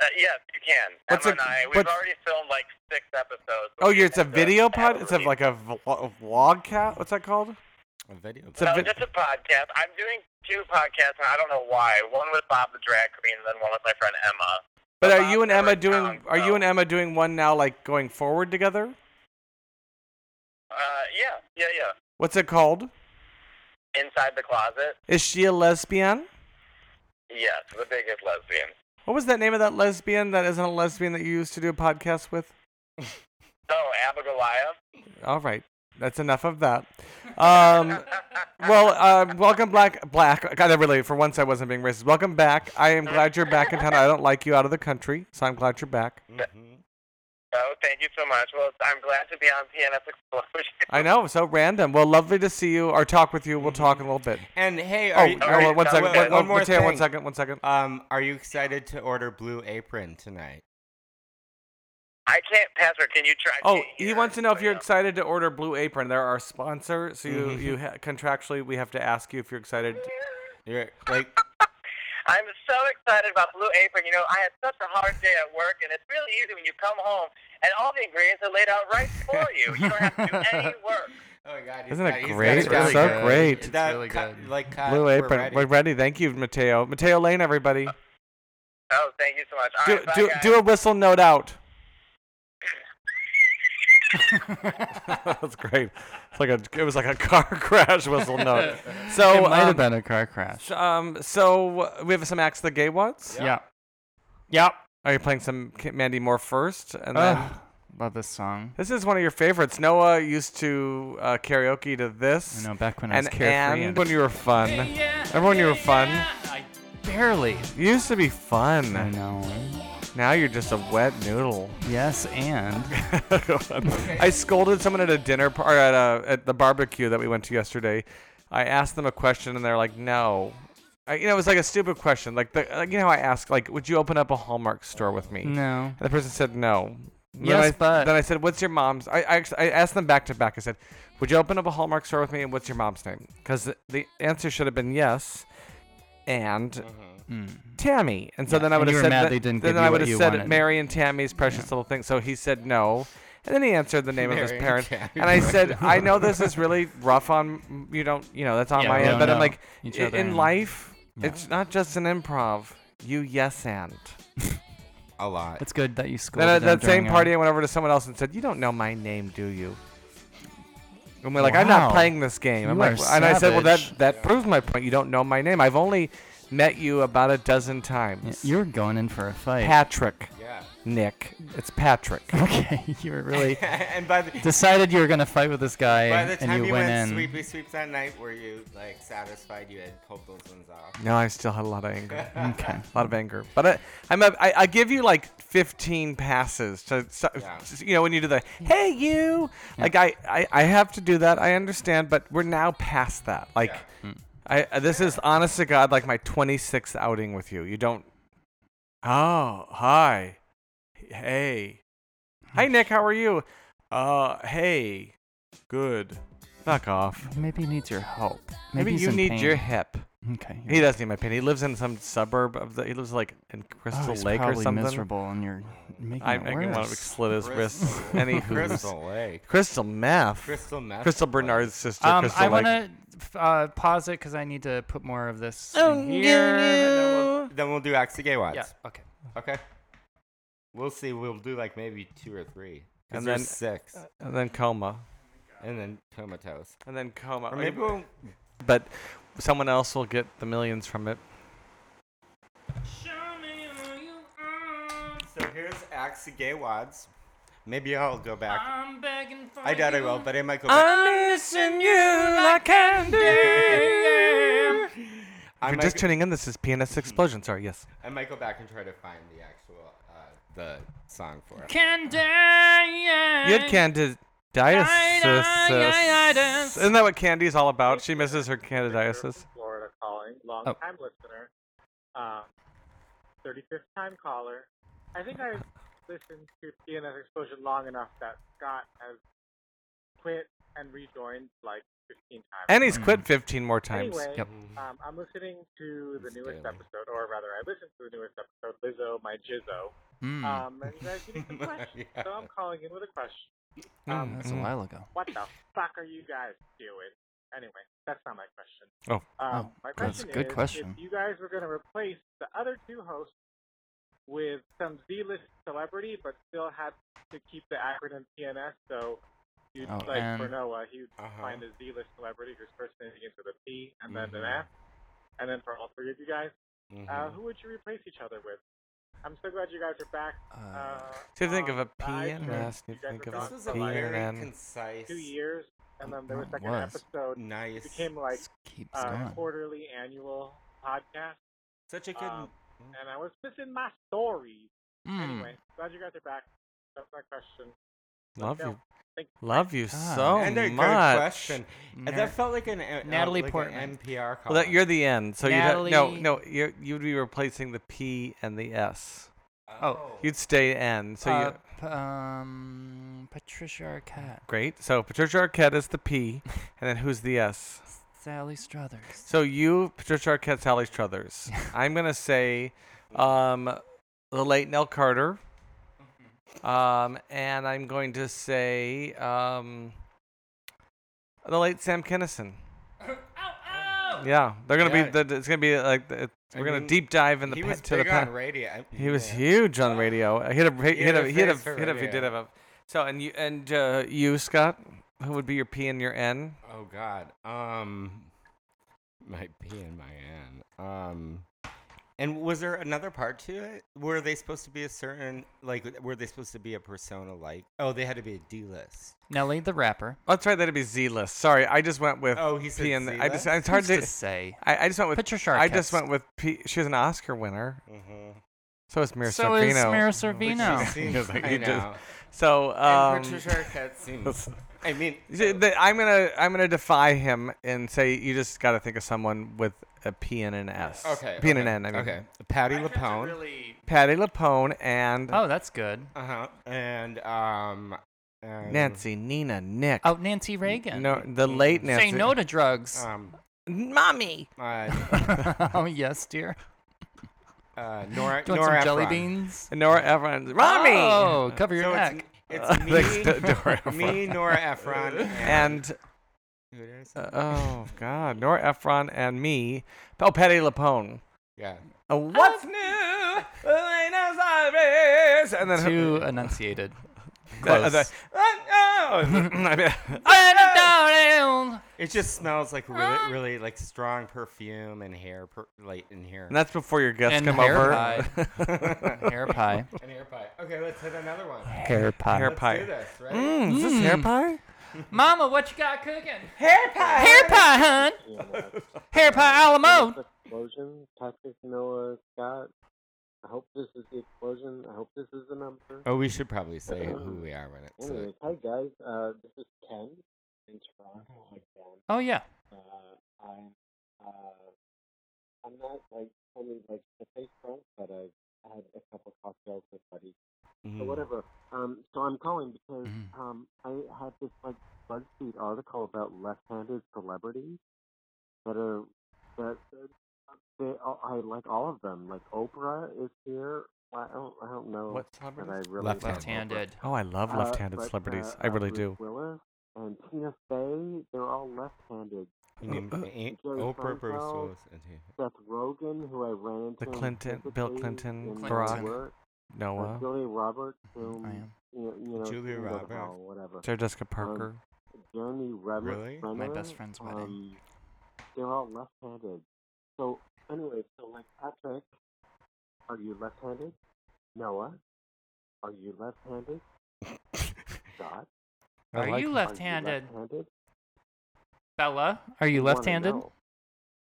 [SPEAKER 5] Uh, yes, you can.
[SPEAKER 2] What's
[SPEAKER 5] What's
[SPEAKER 2] a-
[SPEAKER 5] Emma and I, we've
[SPEAKER 2] what's-
[SPEAKER 5] already filmed like six episodes.
[SPEAKER 2] Oh, you're, it's a video pod.
[SPEAKER 5] podcast.
[SPEAKER 2] It's a, like a vlog, vlog cat. What's that called?
[SPEAKER 4] A video.
[SPEAKER 2] It's a
[SPEAKER 5] no,
[SPEAKER 2] vi-
[SPEAKER 5] just a podcast. I'm doing two podcasts, and I don't know why. One with Bob the drag queen, and then one with my friend Emma.
[SPEAKER 2] but
[SPEAKER 5] the
[SPEAKER 2] are you
[SPEAKER 5] Bob
[SPEAKER 2] and Emma
[SPEAKER 5] Everett
[SPEAKER 2] doing?
[SPEAKER 5] Town,
[SPEAKER 2] Are you
[SPEAKER 5] so-
[SPEAKER 2] and Emma doing one now, like going forward together?
[SPEAKER 5] Uh, yeah, yeah, yeah.
[SPEAKER 2] What's it called?
[SPEAKER 5] Inside the closet.
[SPEAKER 2] Is she a lesbian?
[SPEAKER 5] Yes, the biggest lesbian.
[SPEAKER 2] What was that name of that lesbian that isn't a lesbian that you used to do a podcast with?
[SPEAKER 5] Oh, Abigailia.
[SPEAKER 2] All right, that's enough of that. Um, well, uh, welcome, Black Black. God, I really, for once, I wasn't being racist. Welcome back. I am glad you're back in town. I don't like you out of the country, so I'm glad you're back.
[SPEAKER 4] Mhm.
[SPEAKER 5] Oh, thank you so much. Well, I'm glad to be on PNS Explosion.
[SPEAKER 2] I know, so random. Well, lovely to see you or talk with you. We'll talk in a little bit.
[SPEAKER 4] And hey,
[SPEAKER 2] Oh,
[SPEAKER 4] are you,
[SPEAKER 2] no,
[SPEAKER 4] are you-
[SPEAKER 2] one second.
[SPEAKER 4] One, one more
[SPEAKER 2] Mateo, one
[SPEAKER 4] thing.
[SPEAKER 2] second. One second.
[SPEAKER 4] Um, are you excited to order Blue Apron tonight?
[SPEAKER 5] I can't, Pastor. Can you try?
[SPEAKER 2] Oh,
[SPEAKER 5] can't
[SPEAKER 2] he
[SPEAKER 5] hear
[SPEAKER 2] wants to know if
[SPEAKER 5] anybody
[SPEAKER 2] you're
[SPEAKER 5] else.
[SPEAKER 2] excited to order Blue Apron. They're our sponsor, so you you ha- contractually we have to ask you if you're excited.
[SPEAKER 4] You're like,
[SPEAKER 5] I'm so excited about Blue Apron. You know, I had such a hard day at work, and it's really easy when you come home and all the ingredients are laid out right for you. You don't have to do any work.
[SPEAKER 4] oh my god, he's
[SPEAKER 2] Isn't it
[SPEAKER 4] got- he's got
[SPEAKER 2] great?
[SPEAKER 4] it
[SPEAKER 2] It's
[SPEAKER 4] down.
[SPEAKER 2] so
[SPEAKER 4] That
[SPEAKER 2] great.
[SPEAKER 3] It's
[SPEAKER 4] cut-
[SPEAKER 3] really good.
[SPEAKER 4] Like cut,
[SPEAKER 2] Blue
[SPEAKER 4] we're
[SPEAKER 2] Apron.
[SPEAKER 4] ready.
[SPEAKER 2] Thank you, Mateo. Mateo Lane, everybody.
[SPEAKER 5] Oh, thank you so much. All
[SPEAKER 2] Do
[SPEAKER 5] right, bye,
[SPEAKER 2] do,
[SPEAKER 5] guys.
[SPEAKER 2] do a whistle note out. That's great. It's like a it was like a car crash whistle note. So
[SPEAKER 3] it might
[SPEAKER 2] um,
[SPEAKER 3] have been a car crash.
[SPEAKER 2] sh- um so we have some acts of the gay ones.
[SPEAKER 3] Yeah. Yep.
[SPEAKER 2] Are you playing some K- Mandy Moore first and then
[SPEAKER 3] Ugh, love this song.
[SPEAKER 2] This is one of your favorites. Noah used to uh, karaoke to
[SPEAKER 3] I
[SPEAKER 2] this.
[SPEAKER 3] know back when I was
[SPEAKER 2] and,
[SPEAKER 3] carefree.
[SPEAKER 2] and when you were fun. Remember when you were fun?
[SPEAKER 3] I barely.
[SPEAKER 2] You used to be
[SPEAKER 3] I
[SPEAKER 2] fun.
[SPEAKER 3] know.
[SPEAKER 2] Now you're just a wet noodle.
[SPEAKER 3] Yes, and
[SPEAKER 2] I scolded someone at a dinner par- or at a at the barbecue that we went to yesterday. I asked them a question and they're like, "No." I, you know, it was like a stupid question. Like, the, like you know, how I asked like, "Would you open up a Hallmark store with me?"
[SPEAKER 3] no.
[SPEAKER 2] And the person said no. And
[SPEAKER 3] Yes,
[SPEAKER 2] then I,
[SPEAKER 3] but-
[SPEAKER 2] then I said, "What's your mom's?" I, I actually I asked them back to back. I said, "Would you open up a Hallmark store with me? And what's your mom's name?" Because the, the answer should have been yes, and
[SPEAKER 3] Hmm.
[SPEAKER 2] Tammy. And so
[SPEAKER 3] Mm-hmm. Yeah,
[SPEAKER 2] then I
[SPEAKER 3] and
[SPEAKER 2] would
[SPEAKER 3] you
[SPEAKER 2] have
[SPEAKER 3] were
[SPEAKER 2] said
[SPEAKER 3] mad
[SPEAKER 2] that-
[SPEAKER 3] they didn't
[SPEAKER 2] then
[SPEAKER 3] give you
[SPEAKER 2] I
[SPEAKER 3] what
[SPEAKER 2] would have
[SPEAKER 3] you
[SPEAKER 2] said
[SPEAKER 3] wanted.
[SPEAKER 2] Mary and Tammy's precious little thing. So he said no, and then he answered the name of his
[SPEAKER 4] Mary and
[SPEAKER 2] parents.
[SPEAKER 4] Tammy.
[SPEAKER 2] And I said, "I know this is really rough on you. Don't you know that's on
[SPEAKER 3] Yeah,
[SPEAKER 2] my
[SPEAKER 3] we
[SPEAKER 2] end,
[SPEAKER 3] don't
[SPEAKER 2] but I'm
[SPEAKER 3] know
[SPEAKER 2] like
[SPEAKER 3] each
[SPEAKER 2] i-
[SPEAKER 3] other
[SPEAKER 2] in
[SPEAKER 3] and-
[SPEAKER 2] life,
[SPEAKER 3] Yeah.
[SPEAKER 2] it's not just an improv. You yes and."
[SPEAKER 4] a lot.
[SPEAKER 3] It's good that you scolded
[SPEAKER 2] Then at
[SPEAKER 3] them
[SPEAKER 2] that same
[SPEAKER 3] during
[SPEAKER 2] party, I
[SPEAKER 3] our-
[SPEAKER 2] went over to someone else and said, "You don't know my name, do you?" And we're like, "I'm not
[SPEAKER 3] Wow.
[SPEAKER 2] playing this game." I'm
[SPEAKER 3] You
[SPEAKER 2] like,
[SPEAKER 3] are
[SPEAKER 2] and I said, "Well, that
[SPEAKER 3] savage."
[SPEAKER 2] that proves my point. You don't know my name. I've only met you about a dozen
[SPEAKER 3] Yeah,
[SPEAKER 2] times."
[SPEAKER 3] You were going in for a fight.
[SPEAKER 2] Patrick,
[SPEAKER 4] Yeah.
[SPEAKER 2] Nick. It's Patrick.
[SPEAKER 3] okay, you were really
[SPEAKER 4] and by the,
[SPEAKER 3] decided you were gonna fight with this guy,
[SPEAKER 4] by the
[SPEAKER 3] and
[SPEAKER 4] time
[SPEAKER 3] you,
[SPEAKER 4] you,
[SPEAKER 3] went,
[SPEAKER 4] went
[SPEAKER 3] in.
[SPEAKER 4] sweepy sweeps that night, were you like satisfied you had pulled those ones off?
[SPEAKER 2] No, I still had a lot of anger.
[SPEAKER 3] Okay.
[SPEAKER 2] A lot of anger, but I, I'm a, I, I give you like 15 passes to, so,
[SPEAKER 4] Yeah.
[SPEAKER 2] you know, when you do the "Hey you," like I, I, I have to do that. I understand, but we're now past that. Like, I uh, this is honest to God, like my 26th outing with you. You don't. Oh, hi, hey, hey Nick, how are you? Uh, hey, good. Knock off.
[SPEAKER 3] Maybe he needs your help.
[SPEAKER 2] Maybe,
[SPEAKER 3] he's
[SPEAKER 2] you
[SPEAKER 3] in
[SPEAKER 2] need
[SPEAKER 3] pain.
[SPEAKER 2] your hip.
[SPEAKER 3] Okay.
[SPEAKER 2] He doesn't need my pain. He lives in some suburb of the. He lives like in
[SPEAKER 3] oh,
[SPEAKER 2] Crystal
[SPEAKER 3] he's
[SPEAKER 2] Lake or
[SPEAKER 3] probably
[SPEAKER 2] something.
[SPEAKER 3] miserable, and you're making
[SPEAKER 2] I, I
[SPEAKER 3] it
[SPEAKER 2] can want to
[SPEAKER 3] worse.
[SPEAKER 2] slit his wrists.
[SPEAKER 4] Crystal.
[SPEAKER 2] Any who's
[SPEAKER 4] Crystal Lake.
[SPEAKER 2] Crystal meth.
[SPEAKER 4] Crystal meth.
[SPEAKER 2] Crystal Bernard's sister.
[SPEAKER 3] Um,
[SPEAKER 2] Crystal
[SPEAKER 3] I
[SPEAKER 2] Lake.
[SPEAKER 3] want to uh, pause it because I need to put more of this
[SPEAKER 2] Oh,
[SPEAKER 3] in here. and then we'll-
[SPEAKER 4] Then we'll do Axe to Gay Watts.
[SPEAKER 3] Yeah. Okay.
[SPEAKER 4] Okay. We'll see. We'll do like maybe two or three.
[SPEAKER 2] And
[SPEAKER 4] And
[SPEAKER 2] then- uh,
[SPEAKER 4] then six.
[SPEAKER 2] And then coma.
[SPEAKER 4] and then comatose.
[SPEAKER 2] And then coma.
[SPEAKER 4] Or maybe we'll.
[SPEAKER 2] but someone else will get the millions from it.
[SPEAKER 4] So here's Axe to Gay Watts. Maybe I'll go back. I'm begging for I doubt I will, but I might go back.
[SPEAKER 2] I'm missing you like candy.
[SPEAKER 4] I
[SPEAKER 2] You're
[SPEAKER 4] might,
[SPEAKER 2] just
[SPEAKER 4] go-
[SPEAKER 2] tuning in. This is PNS Explosion. Sorry. Yes.
[SPEAKER 4] I might go back and try to find the actual uh, the song for it.
[SPEAKER 2] You had candidiasis. Isn't that what candy is all about? She misses her candidiasis.
[SPEAKER 6] Florida calling, long
[SPEAKER 3] Oh.
[SPEAKER 6] time listener, um, 35th time caller. I think I've listened to PNS Explosion long enough that Scott has quit and rejoined like 15 times.
[SPEAKER 2] And he's quit 15 more times.
[SPEAKER 6] anyway,
[SPEAKER 3] Yep.
[SPEAKER 6] um, I'm listening to the newest
[SPEAKER 4] daily.
[SPEAKER 6] episode, or rather, I listened to the newest episode, Lizzo, my Jizzo.
[SPEAKER 3] Mm.
[SPEAKER 6] Um, and you guys give me some questions,
[SPEAKER 4] Yeah.
[SPEAKER 6] so I'm calling in with a question.
[SPEAKER 3] Mm, that's a while ago.
[SPEAKER 6] What the fuck are you guys doing? Anyway, that's not my question.
[SPEAKER 2] Oh.
[SPEAKER 6] Um,
[SPEAKER 3] Oh,
[SPEAKER 6] my
[SPEAKER 3] that's
[SPEAKER 6] question
[SPEAKER 3] a good
[SPEAKER 6] is,
[SPEAKER 3] question.
[SPEAKER 6] if you guys were going to replace the other two hosts with some Z-list celebrity, but still have to keep the acronym PNS, so you'd
[SPEAKER 3] Oh,
[SPEAKER 6] like
[SPEAKER 3] and-
[SPEAKER 6] for Noah, he would
[SPEAKER 2] Oh.
[SPEAKER 4] Uh-huh.
[SPEAKER 6] find a Z-list celebrity whose first name begins with a P and then
[SPEAKER 3] Mm-hmm.
[SPEAKER 6] an F, and then for all three of you guys, uh,
[SPEAKER 2] Mm-hmm.
[SPEAKER 6] who would you replace each other with? I'm so glad you guys are back. Uh,
[SPEAKER 2] Do you think of
[SPEAKER 6] um,
[SPEAKER 2] a
[SPEAKER 6] I chose
[SPEAKER 2] PNS? Do you
[SPEAKER 6] guys
[SPEAKER 2] think
[SPEAKER 6] were
[SPEAKER 2] of
[SPEAKER 6] gone
[SPEAKER 4] This
[SPEAKER 2] a
[SPEAKER 4] was a
[SPEAKER 6] for like
[SPEAKER 4] very
[SPEAKER 2] PNN?
[SPEAKER 4] concise,
[SPEAKER 6] Two years, and then there was
[SPEAKER 3] It
[SPEAKER 6] like an
[SPEAKER 3] was.
[SPEAKER 6] episode
[SPEAKER 4] nice,
[SPEAKER 6] it became like uh,
[SPEAKER 3] Just keeps
[SPEAKER 6] a
[SPEAKER 3] going.
[SPEAKER 6] quarterly annual podcast,
[SPEAKER 4] such a good.
[SPEAKER 6] um,
[SPEAKER 4] Mm.
[SPEAKER 6] and I was missing my stories.
[SPEAKER 2] Hmm.
[SPEAKER 3] Mm.
[SPEAKER 6] Anyway, glad you guys are back. That's my question.
[SPEAKER 2] Love
[SPEAKER 6] No,
[SPEAKER 2] you.
[SPEAKER 6] thank
[SPEAKER 2] Love you
[SPEAKER 3] God.
[SPEAKER 2] so
[SPEAKER 4] and a
[SPEAKER 2] much.
[SPEAKER 4] good question. And
[SPEAKER 3] Nar-
[SPEAKER 4] that felt like an uh,
[SPEAKER 3] Natalie
[SPEAKER 4] like
[SPEAKER 3] Portman.
[SPEAKER 4] an NPR call.
[SPEAKER 2] Well, that, you're the end, so you no,
[SPEAKER 3] Natalie-
[SPEAKER 2] no, you're, you'd be replacing the P and the S.
[SPEAKER 3] Oh.
[SPEAKER 2] You'd stay N. So
[SPEAKER 3] uh,
[SPEAKER 2] you
[SPEAKER 3] p- um, Patricia Arquette,
[SPEAKER 2] great. So Patricia Arquette is the P, and then who's the S?
[SPEAKER 3] Sally Struthers.
[SPEAKER 2] So you, Patricia Arquette, Sally Struthers. I'm gonna say, um, the late Nell Carter.
[SPEAKER 4] Mm-hmm.
[SPEAKER 2] Um, and I'm going to say, um, the late Sam Kinison. Yeah, they're gonna
[SPEAKER 4] Yeah.
[SPEAKER 2] be. The, it's gonna be like the,
[SPEAKER 4] I
[SPEAKER 2] we're gonna
[SPEAKER 4] mean,
[SPEAKER 2] deep dive in the
[SPEAKER 4] he
[SPEAKER 2] pa-
[SPEAKER 4] was
[SPEAKER 2] to the
[SPEAKER 4] big on
[SPEAKER 2] pa-
[SPEAKER 4] radio. I-
[SPEAKER 2] He was
[SPEAKER 4] yeah.
[SPEAKER 2] huge on radio. Uh, He had a he, had a
[SPEAKER 4] a
[SPEAKER 2] he had a
[SPEAKER 4] face for
[SPEAKER 2] he had a he
[SPEAKER 4] radio.
[SPEAKER 2] did have a. So and you and uh, you Scott, who would be your P and your N?
[SPEAKER 4] Oh God. Um, my P and my N. Um, and was there another part to it? Were they supposed to be a certain like? Were they supposed to be a persona like? Oh, they had to be a D list.
[SPEAKER 3] Nelly the rapper.
[SPEAKER 2] Oh, that's right. That'd be Z list. Sorry, I just went with
[SPEAKER 4] Oh, he said
[SPEAKER 2] P and I just
[SPEAKER 4] Z-list?
[SPEAKER 2] it's hard
[SPEAKER 3] Who's
[SPEAKER 2] to.
[SPEAKER 3] to say.
[SPEAKER 2] I, I just went with
[SPEAKER 3] Patricia
[SPEAKER 2] I just
[SPEAKER 3] Arquette's-
[SPEAKER 2] went with P. She's an Oscar winner.
[SPEAKER 4] Mm-hmm.
[SPEAKER 2] So is Mira
[SPEAKER 3] So
[SPEAKER 2] Sorvino.
[SPEAKER 3] is Mira
[SPEAKER 4] Which
[SPEAKER 3] Sorvino.
[SPEAKER 4] she seems,
[SPEAKER 2] Because
[SPEAKER 4] I
[SPEAKER 2] you just-
[SPEAKER 4] know.
[SPEAKER 2] so um,
[SPEAKER 4] and Patricia Arquette seems. I mean,
[SPEAKER 2] th- th- I'm gonna I'm gonna defy him and say you just got to think of someone with a P and an S.
[SPEAKER 4] okay.
[SPEAKER 2] P and
[SPEAKER 4] okay,
[SPEAKER 2] an N. I mean,
[SPEAKER 4] okay. Patty LaPone.
[SPEAKER 2] Patty LaPone and
[SPEAKER 3] Oh, that's good.
[SPEAKER 4] uh huh. And um. And,
[SPEAKER 2] Nancy, Nina, Nick.
[SPEAKER 3] Oh, Nancy Reagan.
[SPEAKER 2] No, the late Nancy.
[SPEAKER 3] Say no to drugs.
[SPEAKER 4] Um.
[SPEAKER 2] mommy.
[SPEAKER 4] Uh,
[SPEAKER 3] oh yes, dear.
[SPEAKER 4] uh, Nora.
[SPEAKER 3] Do you want
[SPEAKER 4] Nora
[SPEAKER 3] some jelly
[SPEAKER 4] Ephron.
[SPEAKER 3] beans?
[SPEAKER 2] Nora Ephron's mommy.
[SPEAKER 3] Oh, cover your
[SPEAKER 4] so
[SPEAKER 3] neck.
[SPEAKER 4] It's,
[SPEAKER 2] Uh,
[SPEAKER 4] it's me,
[SPEAKER 2] thanks to Nora
[SPEAKER 4] me, Nora Ephron, and,
[SPEAKER 2] And
[SPEAKER 4] who did I say?
[SPEAKER 2] uh, oh god, Nora Ephron and me. Oh, Patty LaPone.
[SPEAKER 4] yeah,
[SPEAKER 2] Uh, what's new? Buenos Aires. And then
[SPEAKER 3] Too enunciated.
[SPEAKER 2] Uh, the-
[SPEAKER 3] Close.
[SPEAKER 2] I mean,
[SPEAKER 4] it just smells like really, really like strong perfume and hair, per, like in here.
[SPEAKER 2] and that's before your guests
[SPEAKER 3] And
[SPEAKER 2] come
[SPEAKER 3] hair
[SPEAKER 2] over.
[SPEAKER 3] pie. hair pie.
[SPEAKER 4] and hair pie. Okay, let's hit another one.
[SPEAKER 3] Hair pie.
[SPEAKER 2] Hair
[SPEAKER 4] Let's
[SPEAKER 2] pie.
[SPEAKER 4] do this, right?
[SPEAKER 2] Mm, is this hair pie?
[SPEAKER 3] Mama, what you got cooking? Hair pie. Hair pie, hun. Hair pie a la mode.
[SPEAKER 7] explosion. Patrick Noah Scott. I hope this is the explosion. I hope this is the number.
[SPEAKER 4] Oh, we should probably say who we are when it's.
[SPEAKER 7] Anyways, hi guys. Uh, this is Ken in Toronto again.
[SPEAKER 3] Oh yeah.
[SPEAKER 7] Uh, I'm uh, I'm not like totally like the face drunk, but I've had a couple cocktails with buddies
[SPEAKER 4] mm, Hmm.
[SPEAKER 7] or whatever. Um, so I'm calling because
[SPEAKER 8] Mm-hmm.
[SPEAKER 7] um, I had this like BuzzFeed article about left-handed celebrities that are that that- they I like all of them. Like Oprah is here. I don't I don't know
[SPEAKER 2] What
[SPEAKER 7] that
[SPEAKER 2] celebrities?
[SPEAKER 7] I really
[SPEAKER 4] Left-handed.
[SPEAKER 7] like Oprah.
[SPEAKER 3] Left-handed.
[SPEAKER 2] Oh, I love
[SPEAKER 7] Uh,
[SPEAKER 2] left-handed
[SPEAKER 7] but,
[SPEAKER 2] celebrities.
[SPEAKER 7] uh,
[SPEAKER 2] I
[SPEAKER 7] uh,
[SPEAKER 2] really
[SPEAKER 7] Bruce
[SPEAKER 2] do.
[SPEAKER 7] Willis and Tina Fey, they're all left-handed.
[SPEAKER 4] Mm,
[SPEAKER 2] Uh,
[SPEAKER 4] Aunt
[SPEAKER 7] Jerry
[SPEAKER 4] Oprah, Bruce
[SPEAKER 7] Seinfeld.
[SPEAKER 4] Willis, and who-
[SPEAKER 7] Seth Rogen, who I ran into.
[SPEAKER 2] The
[SPEAKER 7] in
[SPEAKER 2] Clinton- Bill
[SPEAKER 7] Sympathy
[SPEAKER 2] Clinton,
[SPEAKER 7] in my
[SPEAKER 3] Barack.
[SPEAKER 7] work, uh,
[SPEAKER 2] Noah,
[SPEAKER 7] Julia Roberts, whom,
[SPEAKER 3] I am.
[SPEAKER 7] You, you know,
[SPEAKER 4] Julia
[SPEAKER 7] who the
[SPEAKER 4] Roberts.
[SPEAKER 7] hell, whatever.
[SPEAKER 2] Sarah Jessica Parker.
[SPEAKER 7] Jeremy Renner.
[SPEAKER 4] Really? My
[SPEAKER 7] Renner,
[SPEAKER 3] best friend's wedding.
[SPEAKER 7] Um, they're all left-handed. So, anyway, so like Patrick, are you left-handed? Noah, are you left-handed? Scott,
[SPEAKER 2] Um,
[SPEAKER 4] I like
[SPEAKER 3] Are you
[SPEAKER 4] her.
[SPEAKER 7] Are you
[SPEAKER 3] left-handed,
[SPEAKER 7] left-handed?
[SPEAKER 3] Bella? Are you
[SPEAKER 7] We wanna
[SPEAKER 3] left-handed?
[SPEAKER 7] know.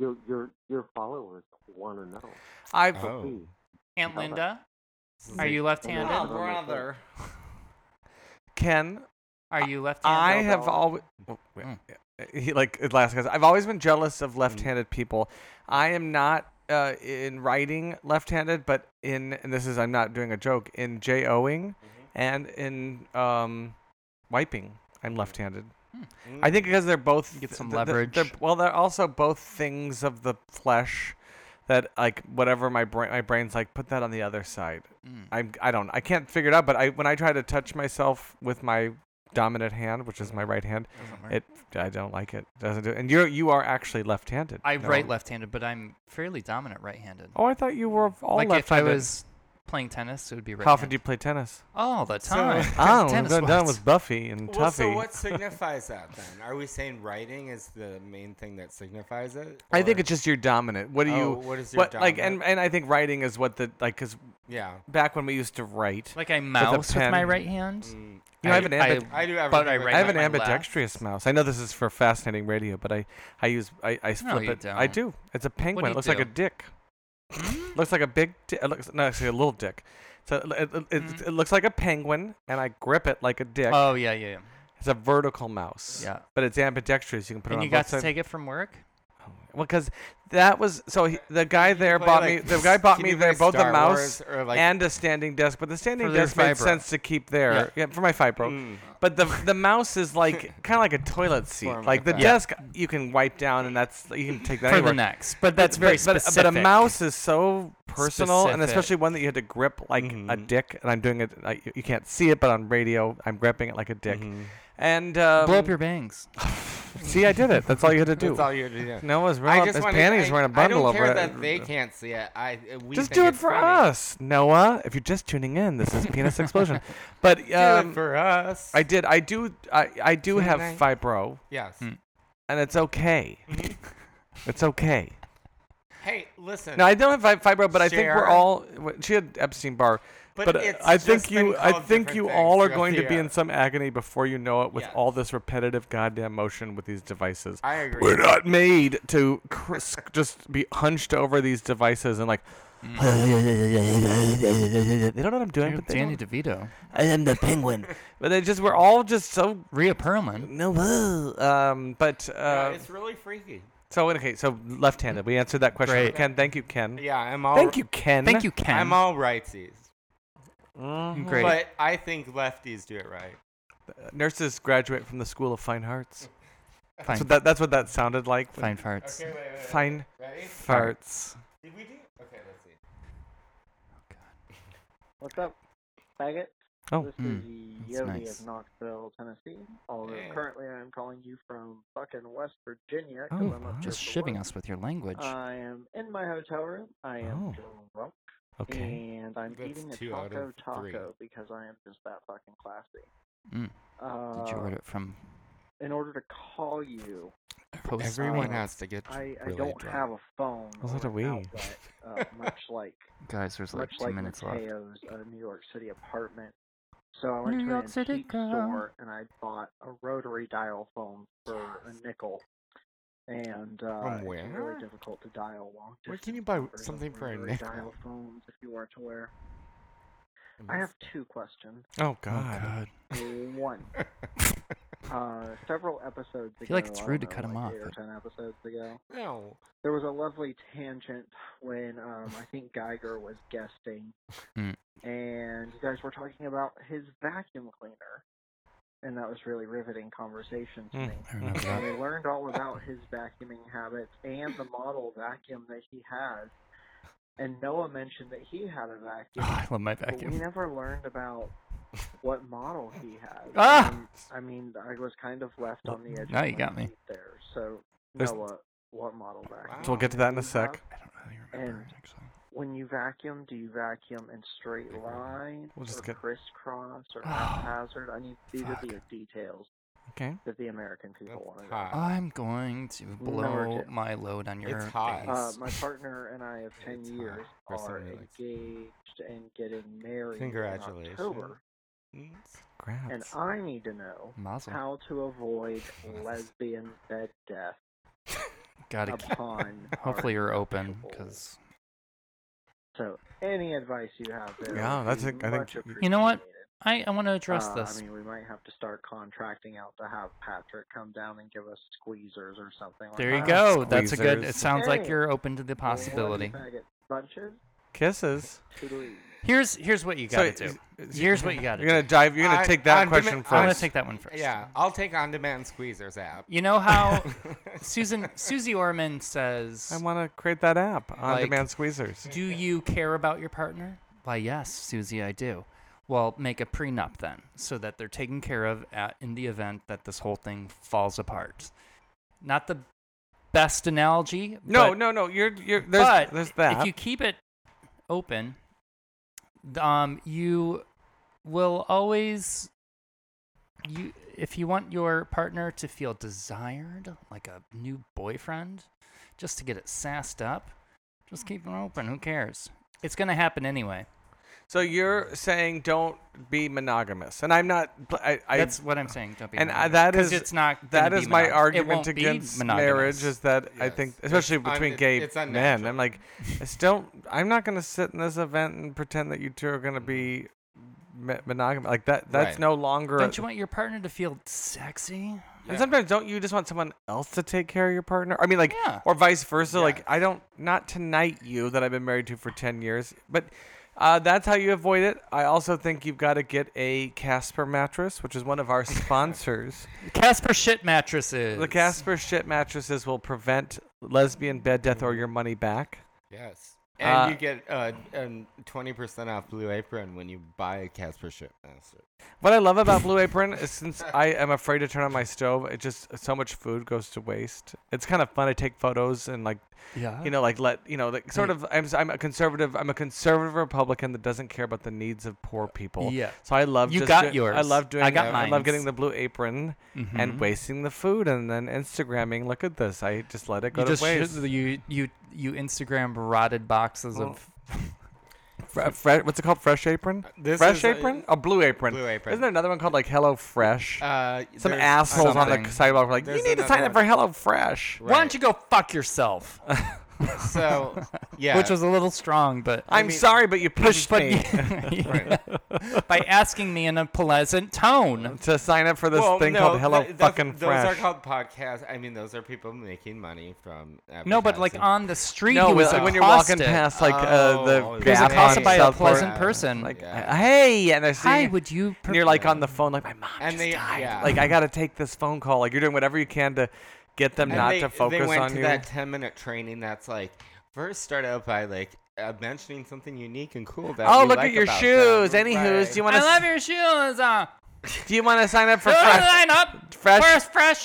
[SPEAKER 7] Your your your followers want to know.
[SPEAKER 2] I've
[SPEAKER 4] Oh.
[SPEAKER 7] Please.
[SPEAKER 3] Aunt
[SPEAKER 7] Bella.
[SPEAKER 3] Linda? Are
[SPEAKER 4] like-
[SPEAKER 3] you
[SPEAKER 7] Oh,
[SPEAKER 3] left-handed?
[SPEAKER 7] brother.
[SPEAKER 2] Ken.
[SPEAKER 3] Are you
[SPEAKER 2] I
[SPEAKER 3] left-handed?
[SPEAKER 2] have always
[SPEAKER 3] Mm.
[SPEAKER 2] he like it last guys. I've always been jealous of left-handed people. I am not uh, in writing left-handed, but in and this is I'm not doing a joke in J-O-ing
[SPEAKER 3] Mm-hmm.
[SPEAKER 2] and in um, wiping. I'm left-handed. I think because they're both
[SPEAKER 3] Mm. Hmm. Get some
[SPEAKER 2] th- th- they're-
[SPEAKER 3] leverage.
[SPEAKER 2] well, they're also both things of the flesh that like whatever my brain my brain's like put that on the other side.
[SPEAKER 3] Mm.
[SPEAKER 2] I'm I don't I can't figure it out. But I when I try to touch myself with my dominant hand, which is my right hand, it I don't like it. Doesn't do. And you are you are actually left-handed.
[SPEAKER 3] I
[SPEAKER 2] no?
[SPEAKER 3] write left-handed, but I'm fairly dominant right-handed.
[SPEAKER 2] Oh, I thought you were all
[SPEAKER 3] like if I
[SPEAKER 2] left-handed.
[SPEAKER 3] was playing tennis, it would be right.
[SPEAKER 2] How often do you play tennis?
[SPEAKER 3] All the time. 'cause
[SPEAKER 2] Oh,
[SPEAKER 3] tennis
[SPEAKER 2] done, done
[SPEAKER 3] was-
[SPEAKER 2] with Buffy and
[SPEAKER 4] Well,
[SPEAKER 2] Tuffy.
[SPEAKER 4] so what signifies that then? Are we saying writing is the main thing that signifies it?
[SPEAKER 2] I think
[SPEAKER 4] or-
[SPEAKER 2] it's just your dominant. What do you?
[SPEAKER 4] Oh, what is your
[SPEAKER 2] like? And and I think writing is what the like because
[SPEAKER 4] yeah.
[SPEAKER 2] back when we used to write.
[SPEAKER 3] Like I mouse with,
[SPEAKER 2] pen.
[SPEAKER 3] my right hand.
[SPEAKER 4] Mm,
[SPEAKER 2] You know, I have an ambi-
[SPEAKER 4] I do everything
[SPEAKER 3] But I
[SPEAKER 4] with
[SPEAKER 3] write
[SPEAKER 4] my
[SPEAKER 2] I have
[SPEAKER 3] with
[SPEAKER 2] an
[SPEAKER 3] my
[SPEAKER 2] ambidextrous mouse. I know this is for fascinating radio, but I, I use I, I flip
[SPEAKER 3] you
[SPEAKER 2] it. I
[SPEAKER 3] don't.
[SPEAKER 2] do. It's a penguin.
[SPEAKER 3] do
[SPEAKER 2] It
[SPEAKER 3] you
[SPEAKER 2] looks like a
[SPEAKER 3] do? Hmm?
[SPEAKER 2] dick. looks like a big. Di- it looks no, actually a little dick. So it, it, it, it left looks like a penguin, and I grip it like a dick.
[SPEAKER 3] Hmm? Oh yeah, yeah. yeah.
[SPEAKER 2] it's a vertical mouse.
[SPEAKER 3] Yeah.
[SPEAKER 2] But it's ambidextrous. You can put it
[SPEAKER 3] And
[SPEAKER 2] on
[SPEAKER 3] you
[SPEAKER 2] both
[SPEAKER 3] got to
[SPEAKER 2] sides.
[SPEAKER 3] take it from work.
[SPEAKER 2] well, because that was so he, the guy there
[SPEAKER 4] play,
[SPEAKER 2] bought
[SPEAKER 4] like,
[SPEAKER 2] me. The guy bought
[SPEAKER 4] can
[SPEAKER 2] me
[SPEAKER 4] you
[SPEAKER 2] there
[SPEAKER 4] play
[SPEAKER 2] both the
[SPEAKER 4] Star
[SPEAKER 2] mouse
[SPEAKER 4] Wars or, like-
[SPEAKER 2] and a standing desk, but the standing
[SPEAKER 3] For their
[SPEAKER 2] desk made
[SPEAKER 3] fibro.
[SPEAKER 2] sense to keep there yeah. for my fibro.
[SPEAKER 4] Mm.
[SPEAKER 2] But the the mouse is like kind of like a toilet seat.
[SPEAKER 4] Form
[SPEAKER 2] Like
[SPEAKER 4] of
[SPEAKER 2] the
[SPEAKER 4] that.
[SPEAKER 2] desk you can wipe down, and that's you can take that
[SPEAKER 3] for
[SPEAKER 2] anywhere.
[SPEAKER 3] the next. But that's very
[SPEAKER 2] but, but-
[SPEAKER 3] specific.
[SPEAKER 2] But a mouse is so personal, and
[SPEAKER 3] Specific.
[SPEAKER 2] especially one that you had to grip like
[SPEAKER 4] Mm-hmm.
[SPEAKER 2] a dick. And I'm doing it. Like, you- you can't see it, but on radio, I'm gripping it like a dick.
[SPEAKER 4] Mm-hmm.
[SPEAKER 3] Mm-hmm.
[SPEAKER 2] And um,
[SPEAKER 3] blow up your bangs.
[SPEAKER 2] see, I did it. That's all you had to do.
[SPEAKER 4] That's all you're doing.
[SPEAKER 2] no one's
[SPEAKER 4] I
[SPEAKER 2] rolling up
[SPEAKER 4] just
[SPEAKER 2] his
[SPEAKER 4] wanna-
[SPEAKER 2] panties
[SPEAKER 4] I,
[SPEAKER 2] wearing a bundle
[SPEAKER 4] I don't
[SPEAKER 2] over
[SPEAKER 4] care
[SPEAKER 2] it.
[SPEAKER 4] that they can't see it. I uh, we
[SPEAKER 2] just
[SPEAKER 4] think
[SPEAKER 2] do it
[SPEAKER 4] it's
[SPEAKER 2] for
[SPEAKER 4] funny.
[SPEAKER 2] us, Noah. If you're just tuning in, this is Penis Explosion. But
[SPEAKER 4] Do
[SPEAKER 2] um,
[SPEAKER 4] it for us.
[SPEAKER 2] I did. I do. I, I do have
[SPEAKER 4] Tonight.
[SPEAKER 2] fibro,
[SPEAKER 4] yes.
[SPEAKER 3] Hmm.
[SPEAKER 2] and it's okay.
[SPEAKER 4] Mm-hmm.
[SPEAKER 2] it's okay.
[SPEAKER 4] Hey, listen.
[SPEAKER 2] No, I don't have fi- fibro, but I think we're
[SPEAKER 4] Share.
[SPEAKER 2] all. w- She had Epstein Barr,
[SPEAKER 4] But
[SPEAKER 2] but, uh,
[SPEAKER 4] it's
[SPEAKER 2] I think
[SPEAKER 4] just
[SPEAKER 2] you,
[SPEAKER 4] been
[SPEAKER 2] I
[SPEAKER 4] called
[SPEAKER 2] think
[SPEAKER 4] different
[SPEAKER 2] you
[SPEAKER 4] things
[SPEAKER 2] all are
[SPEAKER 4] throughout
[SPEAKER 2] going to
[SPEAKER 4] the
[SPEAKER 2] be in
[SPEAKER 4] year.
[SPEAKER 2] some agony before you know it with
[SPEAKER 4] Yeah.
[SPEAKER 2] all this repetitive goddamn motion with these devices.
[SPEAKER 4] I agree.
[SPEAKER 2] We're not made to cr- s- just be hunched over these devices and like. they don't know what I'm doing,
[SPEAKER 3] You're
[SPEAKER 2] but they
[SPEAKER 3] Danny
[SPEAKER 2] don't-
[SPEAKER 3] DeVito,
[SPEAKER 2] Mm. I am the penguin. but they just we're all just so
[SPEAKER 3] Rhea Perlman.
[SPEAKER 2] no. uh, Um, but
[SPEAKER 4] Yeah,
[SPEAKER 2] uh,
[SPEAKER 4] it's really freaky.
[SPEAKER 2] so okay, so left-handed. We answered that question,
[SPEAKER 3] Great.
[SPEAKER 2] Ken. Thank you, Ken.
[SPEAKER 4] Yeah, I'm all.
[SPEAKER 2] Thank you, Ken.
[SPEAKER 3] Thank you, Ken.
[SPEAKER 4] I'm all rightsies,
[SPEAKER 3] Great.
[SPEAKER 4] but I think lefties do it right.
[SPEAKER 2] Uh, Nurses graduate from the School of Fine Arts.
[SPEAKER 3] fine,
[SPEAKER 2] So that, that's what that sounded like.
[SPEAKER 3] fine farts.
[SPEAKER 4] wait, wait,
[SPEAKER 2] Fine
[SPEAKER 4] Ready?
[SPEAKER 2] farts.
[SPEAKER 4] Did we do? Okay, let's see.
[SPEAKER 8] What's up, faggot?
[SPEAKER 2] Oh,
[SPEAKER 8] this
[SPEAKER 3] mm,
[SPEAKER 8] is the
[SPEAKER 3] that's
[SPEAKER 8] Yodi
[SPEAKER 3] nice.
[SPEAKER 8] of Knoxville, Tennessee. Although
[SPEAKER 4] Yeah.
[SPEAKER 8] currently I'm calling you from fucking West Virginia. 'cause
[SPEAKER 3] Oh,
[SPEAKER 8] I'm up here
[SPEAKER 3] just
[SPEAKER 8] for
[SPEAKER 3] shivving
[SPEAKER 8] work.
[SPEAKER 3] us with your language.
[SPEAKER 8] I am in my hotel room. I
[SPEAKER 3] Oh.
[SPEAKER 8] am drunk,
[SPEAKER 2] Okay.
[SPEAKER 8] and I'm
[SPEAKER 4] That's
[SPEAKER 8] eating a
[SPEAKER 4] two out
[SPEAKER 8] taco
[SPEAKER 4] of
[SPEAKER 8] taco
[SPEAKER 4] three.
[SPEAKER 8] because I am just that fucking classy.
[SPEAKER 3] Mm.
[SPEAKER 8] Uh,
[SPEAKER 3] Did you order it from
[SPEAKER 8] In order to call you,
[SPEAKER 3] Post?
[SPEAKER 4] Everyone
[SPEAKER 8] uh,
[SPEAKER 4] has to get.
[SPEAKER 8] I, I
[SPEAKER 4] really
[SPEAKER 8] don't
[SPEAKER 4] drunk.
[SPEAKER 8] have a phone.
[SPEAKER 2] Well, so
[SPEAKER 8] or
[SPEAKER 2] do
[SPEAKER 8] an
[SPEAKER 2] we.
[SPEAKER 8] outlet, uh, much like
[SPEAKER 3] Guys, there's like
[SPEAKER 8] much
[SPEAKER 3] two
[SPEAKER 8] like
[SPEAKER 3] minutes left.
[SPEAKER 2] Oh,
[SPEAKER 8] Mateo's uh, New York City apartment. So I went
[SPEAKER 3] New
[SPEAKER 8] to
[SPEAKER 3] York
[SPEAKER 8] an
[SPEAKER 3] City
[SPEAKER 8] antique
[SPEAKER 3] girl.
[SPEAKER 8] store and I bought a rotary dial phone for a nickel. And uh,
[SPEAKER 4] From
[SPEAKER 8] it's
[SPEAKER 4] where?
[SPEAKER 8] really difficult to dial long
[SPEAKER 4] Where
[SPEAKER 8] distance
[SPEAKER 4] can you buy
[SPEAKER 8] numbers on
[SPEAKER 4] something for a
[SPEAKER 8] rotary
[SPEAKER 4] nickel?
[SPEAKER 8] Dial phones, if you are to wear. I have two questions.
[SPEAKER 2] Oh
[SPEAKER 3] Oh
[SPEAKER 2] God.
[SPEAKER 3] God.
[SPEAKER 8] One. Uh, several episodes ago,
[SPEAKER 3] feel like it's
[SPEAKER 8] I
[SPEAKER 3] rude
[SPEAKER 8] don't
[SPEAKER 3] to cut
[SPEAKER 8] know,
[SPEAKER 3] him
[SPEAKER 8] like
[SPEAKER 3] off,
[SPEAKER 8] Eight or
[SPEAKER 3] but-
[SPEAKER 8] ten episodes ago,
[SPEAKER 4] No.
[SPEAKER 8] there was a lovely tangent when um, I think Geiger was guesting,
[SPEAKER 3] Mm.
[SPEAKER 8] and you guys were talking about his vacuum cleaner, and that was really riveting conversation to
[SPEAKER 2] Mm.
[SPEAKER 8] me.
[SPEAKER 3] I remember
[SPEAKER 8] And
[SPEAKER 3] that.
[SPEAKER 8] I learned all about his vacuuming habits and the model vacuum that he has. And Noah mentioned that he had a
[SPEAKER 3] Oh,
[SPEAKER 8] vacuum,
[SPEAKER 3] I love my
[SPEAKER 8] but we
[SPEAKER 3] vacuum.
[SPEAKER 8] never learned about what model he has.
[SPEAKER 3] Ah!
[SPEAKER 8] And, I mean, I was kind of left on the edge.
[SPEAKER 3] now
[SPEAKER 8] of
[SPEAKER 3] you
[SPEAKER 8] my
[SPEAKER 3] got me.
[SPEAKER 8] seat there. So
[SPEAKER 2] There's-
[SPEAKER 8] Noah, what model vacuum?
[SPEAKER 2] So we'll get to that in a
[SPEAKER 8] do you
[SPEAKER 2] sec.
[SPEAKER 8] have?
[SPEAKER 3] I don't really
[SPEAKER 8] remember
[SPEAKER 3] remember
[SPEAKER 8] And-
[SPEAKER 3] it actually.
[SPEAKER 8] When you vacuum, do you vacuum in straight lines,
[SPEAKER 2] We'll just
[SPEAKER 8] or
[SPEAKER 2] get-
[SPEAKER 8] crisscross, or
[SPEAKER 3] Oh,
[SPEAKER 8] haphazard? I need these are the
[SPEAKER 3] fuck.
[SPEAKER 8] details
[SPEAKER 2] Okay.
[SPEAKER 8] that the American people want to
[SPEAKER 4] That's
[SPEAKER 8] know.
[SPEAKER 4] hot.
[SPEAKER 3] I'm going to blow
[SPEAKER 8] it.
[SPEAKER 3] my load on your
[SPEAKER 4] It's hot.
[SPEAKER 3] face.
[SPEAKER 8] Uh, my partner and I of 10
[SPEAKER 4] It's hot
[SPEAKER 8] years
[SPEAKER 4] for
[SPEAKER 8] are
[SPEAKER 4] someone who likes-
[SPEAKER 8] engaged and getting married in
[SPEAKER 4] Congratulations.
[SPEAKER 8] October,
[SPEAKER 4] Mm.
[SPEAKER 8] and
[SPEAKER 2] Congrats.
[SPEAKER 8] I need to know
[SPEAKER 3] Mazel.
[SPEAKER 8] how to avoid lesbian bed death
[SPEAKER 3] Gotta
[SPEAKER 6] uh,
[SPEAKER 3] keep.
[SPEAKER 8] upon. our
[SPEAKER 3] Hopefully you're open,
[SPEAKER 8] people.
[SPEAKER 3] because
[SPEAKER 8] So, any advice you have there?
[SPEAKER 2] Yeah,
[SPEAKER 8] would
[SPEAKER 2] that's
[SPEAKER 8] be
[SPEAKER 2] a- I think-
[SPEAKER 8] much
[SPEAKER 3] You know what?
[SPEAKER 8] appreciated.
[SPEAKER 3] I, I want to address
[SPEAKER 8] Uh,
[SPEAKER 3] this.
[SPEAKER 8] I mean, we might have to start contracting out to have Patrick come down and give us squeezers or something. Like
[SPEAKER 3] there you
[SPEAKER 8] that.
[SPEAKER 3] go. That's a good.
[SPEAKER 2] Squeezers.
[SPEAKER 3] It sounds like
[SPEAKER 8] Hey.
[SPEAKER 3] you're open to the
[SPEAKER 8] Well, what do you
[SPEAKER 3] possibility.
[SPEAKER 8] faggot? Bunches?
[SPEAKER 2] Kisses.
[SPEAKER 8] Toodaloo.
[SPEAKER 3] Here's here's what you gotta
[SPEAKER 2] So,
[SPEAKER 3] do. Here's what you gotta
[SPEAKER 2] You're
[SPEAKER 3] do.
[SPEAKER 2] gonna dive. You're gonna
[SPEAKER 4] I-
[SPEAKER 2] take that
[SPEAKER 4] I'm gonna-
[SPEAKER 2] question
[SPEAKER 3] I'm gonna
[SPEAKER 2] first.
[SPEAKER 3] take that one first.
[SPEAKER 4] Yeah, I'll take on-demand squeezers app.
[SPEAKER 3] You know how Susan Susie Orman says,
[SPEAKER 2] I want to create that app on
[SPEAKER 3] Like-
[SPEAKER 2] demand squeezers.
[SPEAKER 3] "Do you care about your partner?" Why, yes, Susie, I do. Well, make a prenup then, so that they're taken care of at, in the event that this whole thing falls apart. Not the best analogy.
[SPEAKER 2] No,
[SPEAKER 3] but
[SPEAKER 2] no, no. You're you're. There's
[SPEAKER 3] but
[SPEAKER 2] there's that.
[SPEAKER 3] if you keep it open, th- um, you will always you if you want your partner to feel desired, like a new boyfriend, just to get it sassed up, just keep it open. Who cares? It's gonna happen anyway.
[SPEAKER 2] so you're saying don't be monogamous, and I'm not. I, I
[SPEAKER 3] That's what I'm saying. Don't be
[SPEAKER 2] and I,
[SPEAKER 3] monogamous.
[SPEAKER 2] that
[SPEAKER 3] 'Cause
[SPEAKER 2] is
[SPEAKER 3] it's not. gonna
[SPEAKER 2] that
[SPEAKER 3] be
[SPEAKER 2] is my
[SPEAKER 3] monog- it
[SPEAKER 2] argument
[SPEAKER 3] won't be
[SPEAKER 2] against
[SPEAKER 3] monogamous.
[SPEAKER 2] marriage is that I think
[SPEAKER 4] Yes.
[SPEAKER 2] especially
[SPEAKER 4] It's un-
[SPEAKER 2] between
[SPEAKER 4] it's-
[SPEAKER 2] gay
[SPEAKER 4] it's
[SPEAKER 2] men
[SPEAKER 4] unnatural.
[SPEAKER 2] I'm like I still I'm not gonna sit in this event and pretend that you two are gonna be mi- monogamy. Like that. That's
[SPEAKER 4] Right.
[SPEAKER 2] no longer.
[SPEAKER 3] Don't you want your partner to feel sexy?
[SPEAKER 2] and sometimes don't you just want someone else to take care of your partner? I mean, like,
[SPEAKER 3] Yeah.
[SPEAKER 2] or vice versa. Like, I don't not tonight you that I've been married to for ten years, but. Uh, that's how you avoid it. I also think you've got to get a Casper mattress, which is one of our sponsors.
[SPEAKER 3] Casper shit mattresses.
[SPEAKER 2] The Casper shit mattresses will prevent lesbian bed death or your money back.
[SPEAKER 4] Yes. And
[SPEAKER 2] Uh,
[SPEAKER 4] you get uh, um, 20% off Blue Apron when you buy a Casper Shipmaster.
[SPEAKER 2] What I love about Blue Apron is since I am afraid to turn on my stove, it just so much food goes to waste. It's kind of fun. I take photos and like,
[SPEAKER 3] Yeah.
[SPEAKER 2] you know, like let you know, like
[SPEAKER 4] Mm.
[SPEAKER 2] sort of. I'm s- I'm a conservative. I'm a conservative Republican that doesn't care about the needs of poor people.
[SPEAKER 3] Yeah.
[SPEAKER 2] So I love.
[SPEAKER 3] You
[SPEAKER 2] just
[SPEAKER 3] got
[SPEAKER 2] do- I
[SPEAKER 3] yours.
[SPEAKER 2] love doing.
[SPEAKER 3] I got
[SPEAKER 2] that. I love
[SPEAKER 3] mines.
[SPEAKER 2] getting the Blue Apron
[SPEAKER 4] Mm-hmm.
[SPEAKER 2] and wasting the food and then Instagramming. Look at this. I just let it go
[SPEAKER 3] You
[SPEAKER 2] to
[SPEAKER 3] just
[SPEAKER 2] waste.
[SPEAKER 3] should- you you you Instagram rotted boxes of.
[SPEAKER 2] Oh, Fre- fre- what's it called? Fresh Apron?
[SPEAKER 4] Uh, This
[SPEAKER 2] Fresh
[SPEAKER 4] is a-
[SPEAKER 2] Apron? A, Blue Apron.
[SPEAKER 4] Blue Apron.
[SPEAKER 2] Isn't there another one called like Hello Fresh?
[SPEAKER 4] Uh,
[SPEAKER 2] Some
[SPEAKER 4] there's-
[SPEAKER 2] assholes on the
[SPEAKER 3] something.
[SPEAKER 2] sidewalk were like, you
[SPEAKER 4] There's
[SPEAKER 2] need to sign up
[SPEAKER 4] another
[SPEAKER 2] for Hello Fresh.
[SPEAKER 3] Why don't you go fuck yourself?
[SPEAKER 4] So, yeah.
[SPEAKER 3] Which was a little strong, but
[SPEAKER 2] I'm sorry, but you pushed
[SPEAKER 3] but
[SPEAKER 2] me
[SPEAKER 3] by asking me in a pleasant tone.
[SPEAKER 2] to sign up for this
[SPEAKER 4] Well,
[SPEAKER 2] thing
[SPEAKER 4] no,
[SPEAKER 2] called Hello
[SPEAKER 4] th- that's-
[SPEAKER 2] Fucking
[SPEAKER 4] Those are
[SPEAKER 2] Fresh.
[SPEAKER 4] called podcasts. I mean, those are people making money from.
[SPEAKER 3] No, but like
[SPEAKER 4] advertising.
[SPEAKER 3] on the street,
[SPEAKER 2] no,
[SPEAKER 3] he was
[SPEAKER 2] it's like when you're
[SPEAKER 3] accosted.
[SPEAKER 2] walking past like uh,
[SPEAKER 4] Oh,
[SPEAKER 2] the
[SPEAKER 4] he's
[SPEAKER 3] He's
[SPEAKER 2] gas pump,
[SPEAKER 3] accosted by a
[SPEAKER 2] South Florida,
[SPEAKER 3] pleasant person.
[SPEAKER 2] Like, uh,
[SPEAKER 4] Yeah.
[SPEAKER 2] hey, and they're
[SPEAKER 3] Hi,
[SPEAKER 2] saying,
[SPEAKER 3] would you?
[SPEAKER 2] and you're like on the phone, like my mom
[SPEAKER 4] And
[SPEAKER 2] just
[SPEAKER 4] they-
[SPEAKER 2] died.
[SPEAKER 4] yeah.
[SPEAKER 2] Like I gotta take this phone call. Like you're doing whatever you can to get them
[SPEAKER 4] And
[SPEAKER 2] not
[SPEAKER 4] they,
[SPEAKER 2] to focus
[SPEAKER 4] they went
[SPEAKER 2] on
[SPEAKER 4] to
[SPEAKER 2] you.
[SPEAKER 4] that 10 minute training that's like, first start out by like uh, mentioning something unique and cool that
[SPEAKER 2] Oh,
[SPEAKER 4] you
[SPEAKER 2] look
[SPEAKER 4] like
[SPEAKER 2] at your
[SPEAKER 4] about
[SPEAKER 2] shoes.
[SPEAKER 4] them.
[SPEAKER 2] Any who's? Do you want
[SPEAKER 3] I
[SPEAKER 2] to?
[SPEAKER 3] love your shoes. Uh,
[SPEAKER 2] do you want to sign up for
[SPEAKER 3] do you wanna
[SPEAKER 2] fresh?
[SPEAKER 3] line up?
[SPEAKER 2] fresh-
[SPEAKER 3] First, fresh.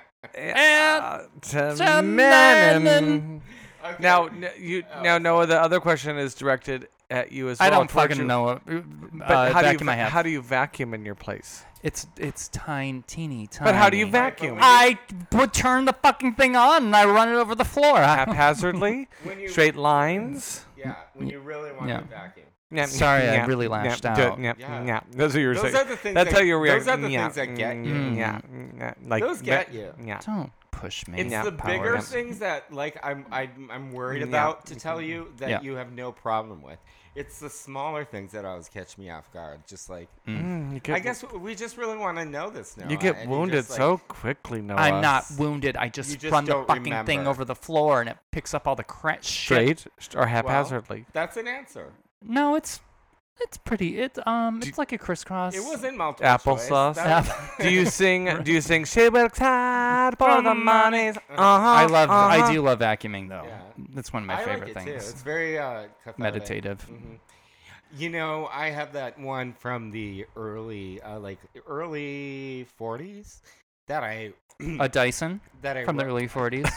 [SPEAKER 2] Uh, to
[SPEAKER 3] to
[SPEAKER 2] men
[SPEAKER 3] men.
[SPEAKER 4] Okay.
[SPEAKER 2] Now, n- you now Noah. The other question is directed at you as well.
[SPEAKER 3] I don't
[SPEAKER 2] towards
[SPEAKER 3] fucking
[SPEAKER 2] you.
[SPEAKER 3] know. it, uh,
[SPEAKER 2] But how
[SPEAKER 3] back
[SPEAKER 2] do you
[SPEAKER 3] in my
[SPEAKER 2] va-
[SPEAKER 3] head.
[SPEAKER 2] how do you vacuum in your place?
[SPEAKER 3] It's it's tiny, teeny, tiny.
[SPEAKER 2] But how do you vacuum?
[SPEAKER 3] I would turn the fucking thing on and I run it over the floor. I-
[SPEAKER 2] Haphazardly,
[SPEAKER 4] When you-
[SPEAKER 2] straight lines.
[SPEAKER 4] yeah, when you really want
[SPEAKER 3] Yeah.
[SPEAKER 4] to vacuum.
[SPEAKER 2] Nyap,
[SPEAKER 3] Sorry, I
[SPEAKER 2] nyap,
[SPEAKER 3] really
[SPEAKER 2] nyap,
[SPEAKER 3] lashed
[SPEAKER 2] nyap,
[SPEAKER 3] out.
[SPEAKER 2] nyap,
[SPEAKER 4] Yeah.
[SPEAKER 2] nyap. Those are your.
[SPEAKER 4] Those
[SPEAKER 2] things.
[SPEAKER 4] are the things
[SPEAKER 2] That's
[SPEAKER 4] that-
[SPEAKER 2] how you react.
[SPEAKER 4] those are the
[SPEAKER 2] Nyap,
[SPEAKER 4] things that get you.
[SPEAKER 2] mm, nyap, nyap, like
[SPEAKER 4] Those
[SPEAKER 2] that-
[SPEAKER 4] get you.
[SPEAKER 2] nyap.
[SPEAKER 3] Don't push me.
[SPEAKER 4] It's
[SPEAKER 2] Yeah,
[SPEAKER 4] the
[SPEAKER 2] power
[SPEAKER 4] bigger
[SPEAKER 2] nap.
[SPEAKER 4] things that like I'm I'm, I'm worried
[SPEAKER 2] Yeah.
[SPEAKER 4] about to tell you that
[SPEAKER 3] Yeah.
[SPEAKER 4] you have no problem with. It's the smaller things that always catch me off guard. Just like
[SPEAKER 2] Mm, you get,
[SPEAKER 4] I guess we just really want to know this now.
[SPEAKER 2] you
[SPEAKER 4] and
[SPEAKER 2] get wounded
[SPEAKER 4] just, like-
[SPEAKER 2] so quickly, Noah.
[SPEAKER 3] I'm not wounded. I just,
[SPEAKER 4] just
[SPEAKER 3] run the
[SPEAKER 4] don't
[SPEAKER 3] fucking thing
[SPEAKER 4] remember.
[SPEAKER 3] over the floor and it picks up all the crap shit.
[SPEAKER 2] straight or
[SPEAKER 4] Well,
[SPEAKER 2] haphazardly.
[SPEAKER 4] that's an answer.
[SPEAKER 3] No, it's it's pretty. It's um, it's like a crisscross.
[SPEAKER 4] It was in multiple
[SPEAKER 2] Applesauce.
[SPEAKER 4] choice. That was-
[SPEAKER 2] Do you sing? Do you sing? She works hard for the monies. Uh huh.
[SPEAKER 3] I love.
[SPEAKER 2] uh-huh.
[SPEAKER 3] I do love vacuuming though.
[SPEAKER 4] Yeah.
[SPEAKER 3] That's one of my
[SPEAKER 4] I
[SPEAKER 3] favorite
[SPEAKER 4] like it too.
[SPEAKER 3] things.
[SPEAKER 4] It's very uh, cathartic. Mm-hmm.
[SPEAKER 3] Meditative.
[SPEAKER 4] You know, I have that one from the early, uh, like early '40s that I
[SPEAKER 3] A Dyson
[SPEAKER 4] that I
[SPEAKER 3] from the
[SPEAKER 4] ro-
[SPEAKER 3] early 40s.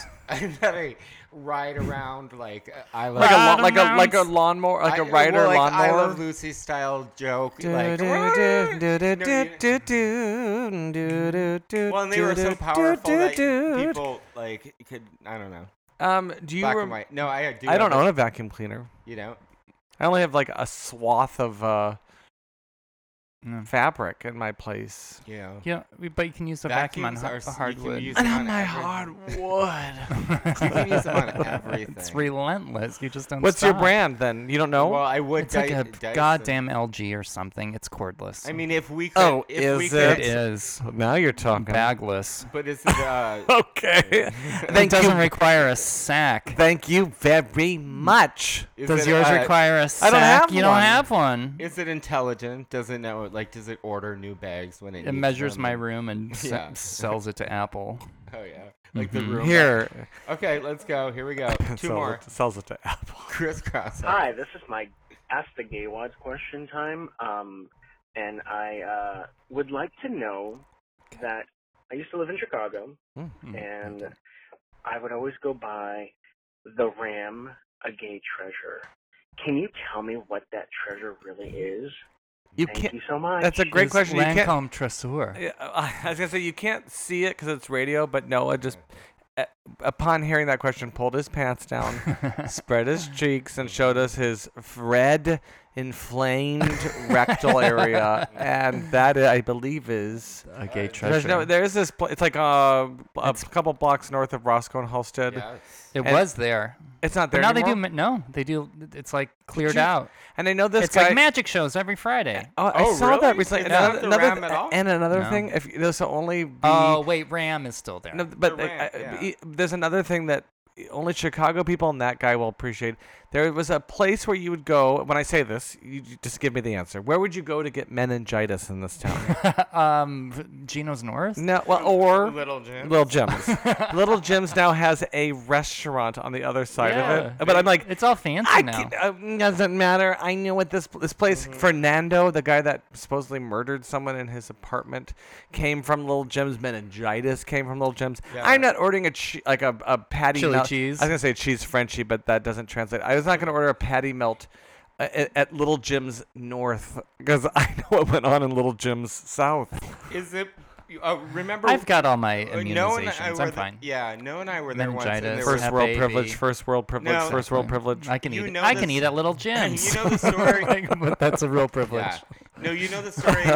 [SPEAKER 4] that I ride around like uh, I love
[SPEAKER 2] like a
[SPEAKER 3] Ride
[SPEAKER 2] lo- like a
[SPEAKER 3] around.
[SPEAKER 2] like a lawnmower, like
[SPEAKER 4] I-
[SPEAKER 2] a
[SPEAKER 4] well,
[SPEAKER 2] rider
[SPEAKER 4] like, I love
[SPEAKER 2] lawnmower.
[SPEAKER 4] Lucy style joke.
[SPEAKER 2] Do,
[SPEAKER 4] like,
[SPEAKER 2] do, do, do,
[SPEAKER 4] No,
[SPEAKER 2] do,
[SPEAKER 4] you-
[SPEAKER 2] do, do, do, do, do,
[SPEAKER 4] well, and they were
[SPEAKER 2] do,
[SPEAKER 4] so
[SPEAKER 2] do,
[SPEAKER 4] powerful
[SPEAKER 2] do,
[SPEAKER 4] that
[SPEAKER 2] do.
[SPEAKER 4] people like could I don't know
[SPEAKER 2] Um, do you?
[SPEAKER 4] black
[SPEAKER 2] Rem-
[SPEAKER 4] and white. No, I do.
[SPEAKER 2] I don't
[SPEAKER 4] have
[SPEAKER 2] own
[SPEAKER 4] it,
[SPEAKER 2] a vacuum cleaner.
[SPEAKER 4] You know,
[SPEAKER 2] I only have like a swath of uh
[SPEAKER 3] Mm.
[SPEAKER 2] fabric in my place.
[SPEAKER 4] you know.
[SPEAKER 3] yeah, we- but you can use the vacuum on
[SPEAKER 4] Vacuums
[SPEAKER 3] ha-
[SPEAKER 4] are
[SPEAKER 3] a
[SPEAKER 4] s- you can
[SPEAKER 3] hardwood.
[SPEAKER 4] use And them on on my everything.
[SPEAKER 2] hardwood.
[SPEAKER 4] You can use them on everything.
[SPEAKER 3] it's relentless. You just don't.
[SPEAKER 2] What's your
[SPEAKER 3] stop.
[SPEAKER 2] brand then? You don't know?
[SPEAKER 4] Well, I would.
[SPEAKER 3] It's like
[SPEAKER 4] Dy-
[SPEAKER 3] a
[SPEAKER 4] Dyson.
[SPEAKER 3] goddamn LG or something. It's cordless.
[SPEAKER 4] I mean, if we could,
[SPEAKER 2] Oh,
[SPEAKER 4] if we
[SPEAKER 2] is
[SPEAKER 4] could,
[SPEAKER 3] it is
[SPEAKER 2] now you're talking.
[SPEAKER 3] bagless.
[SPEAKER 4] But is it? Uh,
[SPEAKER 2] Okay.
[SPEAKER 3] It
[SPEAKER 2] Thank
[SPEAKER 3] doesn't
[SPEAKER 2] you.
[SPEAKER 3] require a sack.
[SPEAKER 2] Thank you very much.
[SPEAKER 4] is
[SPEAKER 3] Does
[SPEAKER 4] it,
[SPEAKER 3] yours
[SPEAKER 4] uh,
[SPEAKER 3] require a sack?
[SPEAKER 2] I don't have
[SPEAKER 3] you don't
[SPEAKER 2] one.
[SPEAKER 3] have one.
[SPEAKER 4] Is it intelligent? Does it know? Like, does it order new bags when it?
[SPEAKER 3] It
[SPEAKER 4] needs
[SPEAKER 3] measures
[SPEAKER 4] them?
[SPEAKER 3] my room and s-
[SPEAKER 4] Yeah.
[SPEAKER 3] sells it to Apple.
[SPEAKER 4] Oh yeah, like
[SPEAKER 3] mm-hmm.
[SPEAKER 4] the room.
[SPEAKER 2] Here.
[SPEAKER 4] Okay, let's go. Here we go. Two
[SPEAKER 2] Sells
[SPEAKER 4] more.
[SPEAKER 2] It, sells it to Apple.
[SPEAKER 4] Crisscross.
[SPEAKER 9] Hi, this is my Ask the Gay Wads question time. Um, and I uh, would like to know that I used to live in Chicago,
[SPEAKER 2] Mm,
[SPEAKER 3] Hmm.
[SPEAKER 9] and I would always go by the Ram, a gay treasure. Can you tell me what that treasure really is?
[SPEAKER 2] You
[SPEAKER 9] Thank
[SPEAKER 2] can't.
[SPEAKER 9] you so much.
[SPEAKER 2] That's a great
[SPEAKER 3] Is
[SPEAKER 2] question. You can't.
[SPEAKER 3] Lancome Tresseur.
[SPEAKER 2] Yeah, I was gonna say you can't see it because it's radio, but Noah just uh, upon hearing that question, pulled his pants down, spread his cheeks, and showed us his f- red, inflamed rectal area. And that, I believe, is.
[SPEAKER 10] A gay
[SPEAKER 2] There's
[SPEAKER 10] treasure.
[SPEAKER 2] no, there is this. Pl- it's like uh, a couple blocks north of Roscoe and Halstead.
[SPEAKER 4] Yes.
[SPEAKER 3] It
[SPEAKER 2] And-
[SPEAKER 3] was there.
[SPEAKER 2] It's not there
[SPEAKER 3] But now
[SPEAKER 2] anymore.
[SPEAKER 3] they do. No, they do. It's like cleared
[SPEAKER 2] you-
[SPEAKER 3] out.
[SPEAKER 2] and I know this
[SPEAKER 3] it's
[SPEAKER 2] guy.
[SPEAKER 3] like magic shows every Friday.
[SPEAKER 2] Oh, I
[SPEAKER 4] Oh,
[SPEAKER 2] saw that
[SPEAKER 4] really?
[SPEAKER 2] recently.
[SPEAKER 4] It's
[SPEAKER 2] And
[SPEAKER 4] not the
[SPEAKER 2] another,
[SPEAKER 4] Ram at all?
[SPEAKER 2] and another
[SPEAKER 3] No.
[SPEAKER 2] thing, if there's only the
[SPEAKER 3] Oh wait, Ram is still there.
[SPEAKER 2] No, but like,
[SPEAKER 4] rant,
[SPEAKER 2] I-
[SPEAKER 4] yeah.
[SPEAKER 2] e- there's another thing that only Chicago people and that guy will appreciate. There was a place where you would go. When I say this, you j- just give me the answer. Where would you go to get meningitis in this town?
[SPEAKER 3] um, Gino's North.
[SPEAKER 2] no, well, or
[SPEAKER 4] Little Jim.
[SPEAKER 2] Little Jim's. Little Jim's now has a restaurant on the other side of it. But I'm like,
[SPEAKER 3] it's all fancy
[SPEAKER 2] I
[SPEAKER 3] now.
[SPEAKER 2] can, uh, doesn't matter. I know what this this
[SPEAKER 3] Mm-hmm.
[SPEAKER 2] place. Fernando, the guy that supposedly murdered someone in his apartment, came from Little Jim's. Meningitis came from Little Jim's. I'm not ordering a che- like a, a patty
[SPEAKER 3] Chili
[SPEAKER 2] melt.
[SPEAKER 3] cheese.
[SPEAKER 2] I was gonna say cheese Frenchy, but that doesn't translate. I was not gonna order a patty melt. a- a- At Little Jim's North, because I know what went on in Little Jim's South.
[SPEAKER 4] Is it? Uh, remember?
[SPEAKER 3] I've got all my
[SPEAKER 4] uh, Noah and I
[SPEAKER 3] immunizations.
[SPEAKER 4] were
[SPEAKER 3] I'm
[SPEAKER 4] the-
[SPEAKER 3] fine.
[SPEAKER 4] Yeah, no and I were there once. And there
[SPEAKER 3] Meningitis.
[SPEAKER 4] was-
[SPEAKER 2] First world
[SPEAKER 3] F.A.B..
[SPEAKER 2] privilege, first world privilege,
[SPEAKER 4] No.
[SPEAKER 2] first world privilege.
[SPEAKER 3] Mm-hmm. I can
[SPEAKER 4] You
[SPEAKER 3] eat.
[SPEAKER 4] know
[SPEAKER 3] I
[SPEAKER 4] this-
[SPEAKER 3] can eat at Little
[SPEAKER 4] And
[SPEAKER 3] Jim's.
[SPEAKER 4] you know the story.
[SPEAKER 3] Like, but that's a real privilege.
[SPEAKER 4] yeah. No, you know the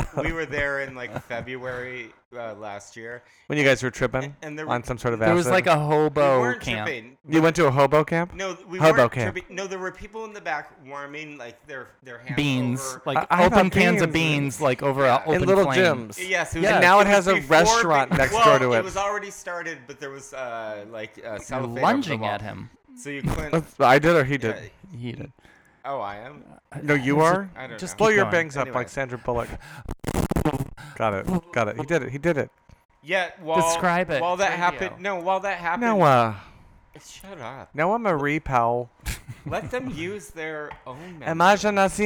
[SPEAKER 4] story. we were there in like February uh, last year.
[SPEAKER 2] when you guys were tripping
[SPEAKER 4] and there were-
[SPEAKER 2] on some sort of
[SPEAKER 3] There was
[SPEAKER 2] acid.
[SPEAKER 3] like a
[SPEAKER 2] Oh,
[SPEAKER 4] we
[SPEAKER 3] hobo
[SPEAKER 4] weren't
[SPEAKER 3] camp.
[SPEAKER 4] tripping.
[SPEAKER 2] You went to a hobo camp?
[SPEAKER 4] No, th- we
[SPEAKER 2] Hobo
[SPEAKER 4] weren't
[SPEAKER 2] camp.
[SPEAKER 4] tripping. No, there were people in the back warming like their their hands
[SPEAKER 3] Beans,
[SPEAKER 4] over-
[SPEAKER 3] like
[SPEAKER 2] I- I
[SPEAKER 3] open
[SPEAKER 2] thought
[SPEAKER 3] cans of
[SPEAKER 2] beans.
[SPEAKER 3] beans, like over a open
[SPEAKER 2] in little
[SPEAKER 3] flame.
[SPEAKER 2] gyms.
[SPEAKER 4] Yes, it was,
[SPEAKER 2] Yeah. And now it
[SPEAKER 4] was
[SPEAKER 2] has a
[SPEAKER 4] before
[SPEAKER 2] restaurant
[SPEAKER 4] Big-
[SPEAKER 2] next
[SPEAKER 4] well,
[SPEAKER 2] door to it.
[SPEAKER 4] It was already started, but there was uh, like uh,
[SPEAKER 3] You're
[SPEAKER 4] cellophane over the
[SPEAKER 3] lunging
[SPEAKER 4] wall.
[SPEAKER 3] at him.
[SPEAKER 4] So you couldn't.
[SPEAKER 2] That's- I did or he did.
[SPEAKER 4] Yeah.
[SPEAKER 3] He did.
[SPEAKER 4] oh, I am.
[SPEAKER 2] No, you are.
[SPEAKER 4] I don't
[SPEAKER 3] Just
[SPEAKER 4] know.
[SPEAKER 2] Blow
[SPEAKER 3] keep
[SPEAKER 2] your
[SPEAKER 3] going.
[SPEAKER 2] bangs up
[SPEAKER 4] Anyway.
[SPEAKER 2] like Sandra Bullock. Got it. Got it. He did it. He did it.
[SPEAKER 4] Yeah. While,
[SPEAKER 3] Describe it.
[SPEAKER 4] While that
[SPEAKER 3] Radio.
[SPEAKER 4] happened, no. While that happened,
[SPEAKER 2] Noah.
[SPEAKER 4] Shut up.
[SPEAKER 2] Noah Marie Powell.
[SPEAKER 4] Let them use their own. memory.
[SPEAKER 2] Imaginations.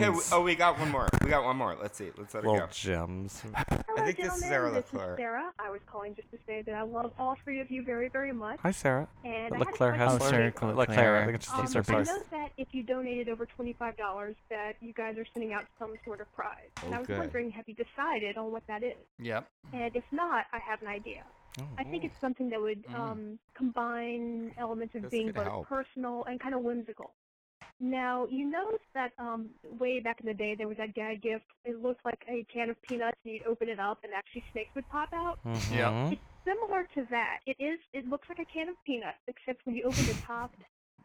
[SPEAKER 4] Okay. We, oh, we got one more. We got one more. Let's see. Let's let it
[SPEAKER 2] Little
[SPEAKER 4] go.
[SPEAKER 2] gems.
[SPEAKER 11] Hello,
[SPEAKER 4] think this
[SPEAKER 11] gentlemen.
[SPEAKER 4] is Sarah
[SPEAKER 11] This
[SPEAKER 4] LaClaire.
[SPEAKER 11] is Sarah. I was calling just to say that I love all three of you very, very much.
[SPEAKER 2] Hi, Sarah.
[SPEAKER 11] And I had a
[SPEAKER 2] LeClaire
[SPEAKER 11] question.
[SPEAKER 3] Oh, Sarah
[SPEAKER 2] Hessler.
[SPEAKER 3] Leclerc.
[SPEAKER 2] LeClaire. I think it's just
[SPEAKER 4] Oh,
[SPEAKER 11] Um,
[SPEAKER 3] She's our
[SPEAKER 11] I
[SPEAKER 2] sorry.
[SPEAKER 3] biggest-
[SPEAKER 11] know that if you donated over twenty-five dollars, that you guys are sending out some sort of prize. And I was
[SPEAKER 4] Okay.
[SPEAKER 11] wondering, have you decided on what that is?
[SPEAKER 3] Yep.
[SPEAKER 11] And if not, I have an idea.
[SPEAKER 2] Oh.
[SPEAKER 11] I think
[SPEAKER 4] Oh.
[SPEAKER 11] it's something that would um, combine elements of
[SPEAKER 4] This
[SPEAKER 11] being
[SPEAKER 4] could
[SPEAKER 11] both
[SPEAKER 4] Mm. help.
[SPEAKER 11] personal and kind of whimsical. Now, you notice that um, way back in the day, there was that gag gift. It looked like a can of peanuts, and you'd open it up, and actually snakes would pop out.
[SPEAKER 3] Yeah.
[SPEAKER 2] Mhm.
[SPEAKER 11] It's similar to that. It is. It looks like a can of peanuts, except when you open the top,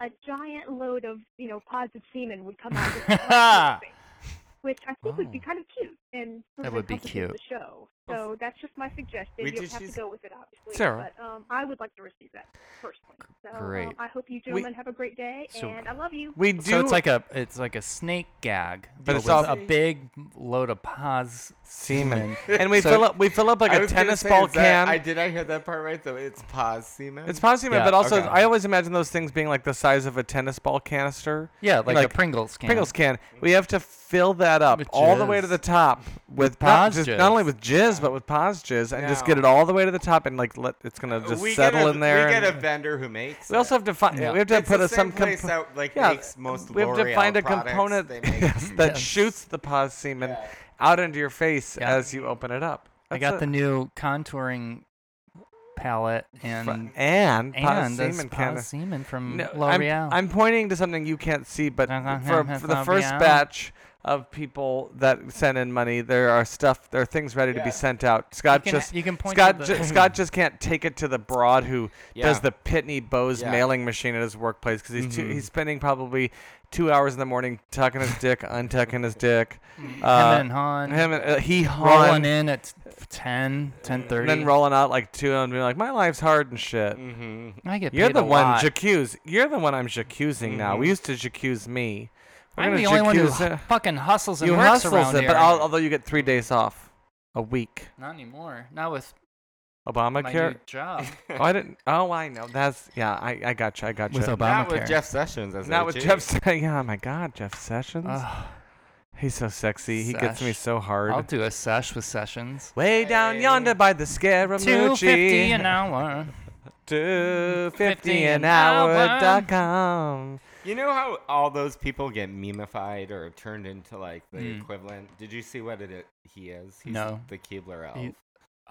[SPEAKER 11] a giant load of you know pods of semen would come out, of the top of the thing, which I think would be kind of cute and sort
[SPEAKER 3] Oh. That
[SPEAKER 11] of
[SPEAKER 3] would be
[SPEAKER 11] encompasses The
[SPEAKER 3] cute.
[SPEAKER 11] show. So that's just my suggestion.
[SPEAKER 4] We
[SPEAKER 11] you don't
[SPEAKER 4] just
[SPEAKER 11] have to
[SPEAKER 4] use-
[SPEAKER 11] go with it, obviously.
[SPEAKER 2] Sarah.
[SPEAKER 11] But um, I would like to receive that personally. So um,
[SPEAKER 3] Great.
[SPEAKER 11] I hope you gentlemen have a great day,
[SPEAKER 3] so-
[SPEAKER 11] and I love you.
[SPEAKER 2] We do.
[SPEAKER 3] So it's like a it's like a snake gag, but,
[SPEAKER 2] it's
[SPEAKER 3] it's
[SPEAKER 2] all-
[SPEAKER 3] a big load of paws
[SPEAKER 2] semen.
[SPEAKER 3] semen.
[SPEAKER 2] and we
[SPEAKER 3] So-
[SPEAKER 2] fill up. We fill up like
[SPEAKER 4] I
[SPEAKER 2] a
[SPEAKER 4] was gonna
[SPEAKER 2] tennis
[SPEAKER 4] say,
[SPEAKER 2] ball
[SPEAKER 4] is that-
[SPEAKER 2] can.
[SPEAKER 4] I did. I hear that part right though. It's pause semen.
[SPEAKER 2] It's possible,
[SPEAKER 3] Yeah,
[SPEAKER 2] but also
[SPEAKER 4] okay.
[SPEAKER 2] I always imagine those things being like the size of a tennis ball canister.
[SPEAKER 3] Yeah, like,
[SPEAKER 2] Like,
[SPEAKER 3] a Pringles can.
[SPEAKER 2] Pringles can. We have to fill that up
[SPEAKER 3] With
[SPEAKER 2] all the way to
[SPEAKER 3] jizz.
[SPEAKER 2] the top with
[SPEAKER 3] Paws
[SPEAKER 2] pos jizz. Not only
[SPEAKER 3] jizz.
[SPEAKER 2] with jizz, but with pos jizz, and just get
[SPEAKER 4] No.
[SPEAKER 2] it all the way to the top, and like let it's gonna just
[SPEAKER 4] we
[SPEAKER 2] settle
[SPEAKER 4] get a,
[SPEAKER 2] in there.
[SPEAKER 4] We get
[SPEAKER 2] and-
[SPEAKER 4] a vendor who makes.
[SPEAKER 2] we also
[SPEAKER 4] it.
[SPEAKER 2] have to find.
[SPEAKER 3] Yeah.
[SPEAKER 2] We have to
[SPEAKER 4] It's
[SPEAKER 2] put
[SPEAKER 4] the
[SPEAKER 2] a, some
[SPEAKER 4] same place
[SPEAKER 2] compo-
[SPEAKER 4] that, like
[SPEAKER 2] yeah,
[SPEAKER 4] makes most
[SPEAKER 2] we have to
[SPEAKER 4] L'Oreal
[SPEAKER 2] find a
[SPEAKER 4] products.
[SPEAKER 2] component
[SPEAKER 4] They make
[SPEAKER 2] yes, that
[SPEAKER 3] Yes.
[SPEAKER 2] shoots the pos semen out into your face
[SPEAKER 3] Yeah.
[SPEAKER 2] as you open it up.
[SPEAKER 3] I
[SPEAKER 2] That's
[SPEAKER 3] got
[SPEAKER 2] it.
[SPEAKER 3] the new contouring palette
[SPEAKER 2] Fr-
[SPEAKER 3] and
[SPEAKER 2] and pos
[SPEAKER 3] and this
[SPEAKER 2] semen can.
[SPEAKER 3] paws semen
[SPEAKER 4] Mm.
[SPEAKER 3] from
[SPEAKER 2] No, I'm,
[SPEAKER 3] L'Oreal.
[SPEAKER 2] I'm pointing to something you can't see, but for, for the first
[SPEAKER 3] L'Oreal.
[SPEAKER 2] batch of people that sent in money, there are stuff, there are things ready to be sent out. Scott
[SPEAKER 3] can-
[SPEAKER 2] just,
[SPEAKER 3] you can point to
[SPEAKER 2] Scott,
[SPEAKER 3] the-
[SPEAKER 2] ju- Scott just can't take it to the broad who does
[SPEAKER 4] Yeah.
[SPEAKER 2] the Pitney Bowes
[SPEAKER 4] Yeah.
[SPEAKER 2] mailing machine at his workplace because he's
[SPEAKER 3] Mm-hmm.
[SPEAKER 2] too, he's spending probably two hours in the morning tucking his dick, untucking his dick.
[SPEAKER 4] Mm.
[SPEAKER 2] Uh,
[SPEAKER 3] and Han.
[SPEAKER 2] him and uh, he hon,
[SPEAKER 3] rolling in at 10, 10.30.
[SPEAKER 2] and then rolling out like two and being like, my life's hard and shit.
[SPEAKER 4] Mm-hmm.
[SPEAKER 3] I get
[SPEAKER 2] You're
[SPEAKER 3] paid
[SPEAKER 2] the
[SPEAKER 3] a
[SPEAKER 2] one
[SPEAKER 3] lot. Mm-hmm.
[SPEAKER 2] jacuse. You're the one I'm jacusing now. We used to jacuse me. We're
[SPEAKER 3] I'm
[SPEAKER 2] gonna
[SPEAKER 3] the only one who
[SPEAKER 2] jacuse
[SPEAKER 3] hu-
[SPEAKER 2] her.
[SPEAKER 3] fucking hustles and
[SPEAKER 2] uh, you
[SPEAKER 3] works
[SPEAKER 2] hustles
[SPEAKER 3] around
[SPEAKER 2] it,
[SPEAKER 3] here.
[SPEAKER 2] but al- although you get three days off a week,
[SPEAKER 3] Not anymore. Not with my
[SPEAKER 2] Obamacare.
[SPEAKER 3] new job.
[SPEAKER 2] Oh, I didn't. Oh, I know. That's yeah. I I got you. I got you.
[SPEAKER 3] with
[SPEAKER 4] Not with
[SPEAKER 3] Obamacare.
[SPEAKER 4] Jeff Sessions. As
[SPEAKER 2] Not
[SPEAKER 4] OG.
[SPEAKER 2] with Jeff. Se- Yeah. Oh my God, Jeff Sessions.
[SPEAKER 3] Ugh,
[SPEAKER 2] He's so sexy. He gets me
[SPEAKER 3] Sesh.
[SPEAKER 2] so hard.
[SPEAKER 3] I'll do a sesh with Sessions.
[SPEAKER 2] Way down yonder by the Scaramucci.
[SPEAKER 3] Two fifty an hour.
[SPEAKER 2] Two fifty
[SPEAKER 3] 50
[SPEAKER 2] an
[SPEAKER 3] an
[SPEAKER 2] hour
[SPEAKER 3] hour.
[SPEAKER 2] dot com.
[SPEAKER 4] You know how all those people get memeified or turned into like the
[SPEAKER 2] Hmm.
[SPEAKER 3] Mm.
[SPEAKER 4] equivalent? Did you see what it i- he is? He's
[SPEAKER 3] No.
[SPEAKER 4] the Keebler elf.
[SPEAKER 3] He-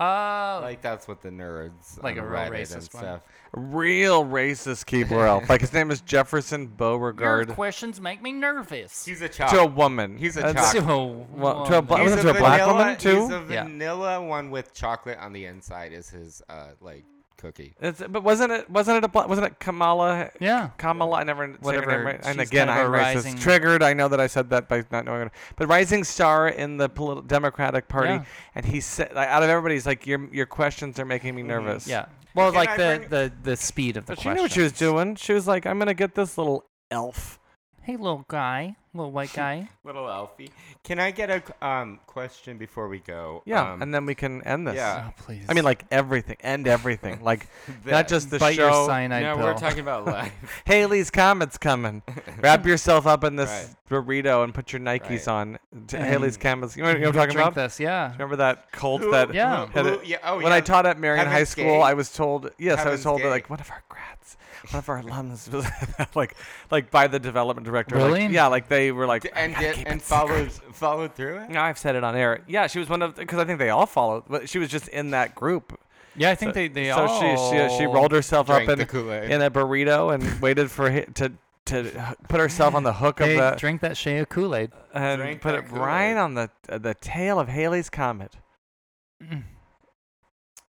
[SPEAKER 3] Oh,
[SPEAKER 4] Like that's what the nerds
[SPEAKER 3] Like
[SPEAKER 4] on
[SPEAKER 3] a real
[SPEAKER 4] Reddit and
[SPEAKER 3] racist one.
[SPEAKER 4] stuff.
[SPEAKER 2] Real racist Keebler elf. Like his name is Jefferson
[SPEAKER 3] your
[SPEAKER 2] Beauregard.
[SPEAKER 3] questions make me nervous.
[SPEAKER 4] He's a
[SPEAKER 2] To a
[SPEAKER 4] child.
[SPEAKER 2] woman.
[SPEAKER 4] He's a
[SPEAKER 2] That's-
[SPEAKER 4] chocolate.
[SPEAKER 3] So,
[SPEAKER 2] Well, to a bla-
[SPEAKER 3] woman.
[SPEAKER 2] He's
[SPEAKER 4] He's
[SPEAKER 2] Wasn't
[SPEAKER 4] a,
[SPEAKER 2] there a black
[SPEAKER 4] vanilla,
[SPEAKER 2] woman, too?
[SPEAKER 4] he's a
[SPEAKER 3] Yeah.
[SPEAKER 4] vanilla one with chocolate on the inside is his uh like cookie.
[SPEAKER 2] It's, but wasn't it wasn't it a bla- wasn't it Kamala
[SPEAKER 3] yeah.
[SPEAKER 2] Kamala, I never said her
[SPEAKER 3] Whatever,
[SPEAKER 2] name right. And
[SPEAKER 3] she's
[SPEAKER 2] again,
[SPEAKER 3] kind of
[SPEAKER 2] I'm
[SPEAKER 3] a
[SPEAKER 2] racist.
[SPEAKER 3] rising-
[SPEAKER 2] Triggered. I know that I said that by not knowing it. But rising star in the politi- Democratic Party,
[SPEAKER 3] Yeah.
[SPEAKER 2] and he said, like, out of everybody's like, your your questions are making me nervous.
[SPEAKER 3] Mm-hmm. Yeah. Well,
[SPEAKER 4] Can
[SPEAKER 3] like
[SPEAKER 4] I
[SPEAKER 3] the,
[SPEAKER 4] bring-
[SPEAKER 3] the the speed of the
[SPEAKER 2] But she knew what she was
[SPEAKER 3] questions.
[SPEAKER 2] doing. She was like, I'm gonna get this little elf.
[SPEAKER 3] Hey, little guy, little white guy.
[SPEAKER 4] Little Alfie. Can I get a um question before we go?
[SPEAKER 2] Yeah,
[SPEAKER 4] Um,
[SPEAKER 2] and then we can end this.
[SPEAKER 4] yeah.
[SPEAKER 3] oh, please.
[SPEAKER 2] Uh, I mean, like everything, end everything. Like not just the
[SPEAKER 3] bite your
[SPEAKER 2] show.
[SPEAKER 3] cyanide
[SPEAKER 4] no,
[SPEAKER 3] pill.
[SPEAKER 4] we're talking about life.
[SPEAKER 2] Haley's comet's coming. Wrap yourself up in this
[SPEAKER 4] Right.
[SPEAKER 2] burrito and put your Nikes
[SPEAKER 4] Right.
[SPEAKER 2] on. T-
[SPEAKER 3] And-
[SPEAKER 2] Haley's comet's. You know, you know what I'm talking
[SPEAKER 3] Drink
[SPEAKER 2] about?
[SPEAKER 3] this, yeah.
[SPEAKER 2] Remember that cult
[SPEAKER 4] Who-
[SPEAKER 2] that
[SPEAKER 3] Yeah.
[SPEAKER 2] had
[SPEAKER 4] who-
[SPEAKER 2] it-
[SPEAKER 4] yeah, oh,
[SPEAKER 2] when
[SPEAKER 4] yeah,
[SPEAKER 2] I taught at Marion High
[SPEAKER 4] Heaven's
[SPEAKER 2] School,
[SPEAKER 4] Gate.
[SPEAKER 2] I was told yes, I was
[SPEAKER 4] Heaven's
[SPEAKER 2] told that like
[SPEAKER 4] Gate.
[SPEAKER 2] one of our grads, one of our alums was like like by the development director. like-
[SPEAKER 3] Really?
[SPEAKER 2] yeah, like they were like
[SPEAKER 4] D-
[SPEAKER 2] "I
[SPEAKER 4] and
[SPEAKER 2] gotta
[SPEAKER 4] did,
[SPEAKER 2] keep
[SPEAKER 4] and
[SPEAKER 2] it secret."
[SPEAKER 4] followed followed through it.
[SPEAKER 2] No, I've said it on air. Yeah, she was one of because I think they all followed, but she was just in that group.
[SPEAKER 3] Yeah, I think they they
[SPEAKER 2] so
[SPEAKER 3] all.
[SPEAKER 2] she, she she rolled herself up
[SPEAKER 4] drank
[SPEAKER 2] in
[SPEAKER 4] the Kool-Aid.
[SPEAKER 2] in a burrito and waited for hi- to to put herself on the hook of
[SPEAKER 3] They
[SPEAKER 2] the
[SPEAKER 3] drank that Shea Kool Aid.
[SPEAKER 2] and
[SPEAKER 4] drank
[SPEAKER 2] put
[SPEAKER 4] that
[SPEAKER 2] it right
[SPEAKER 4] Kool-Aid.
[SPEAKER 2] on the the tail of Haley's comet.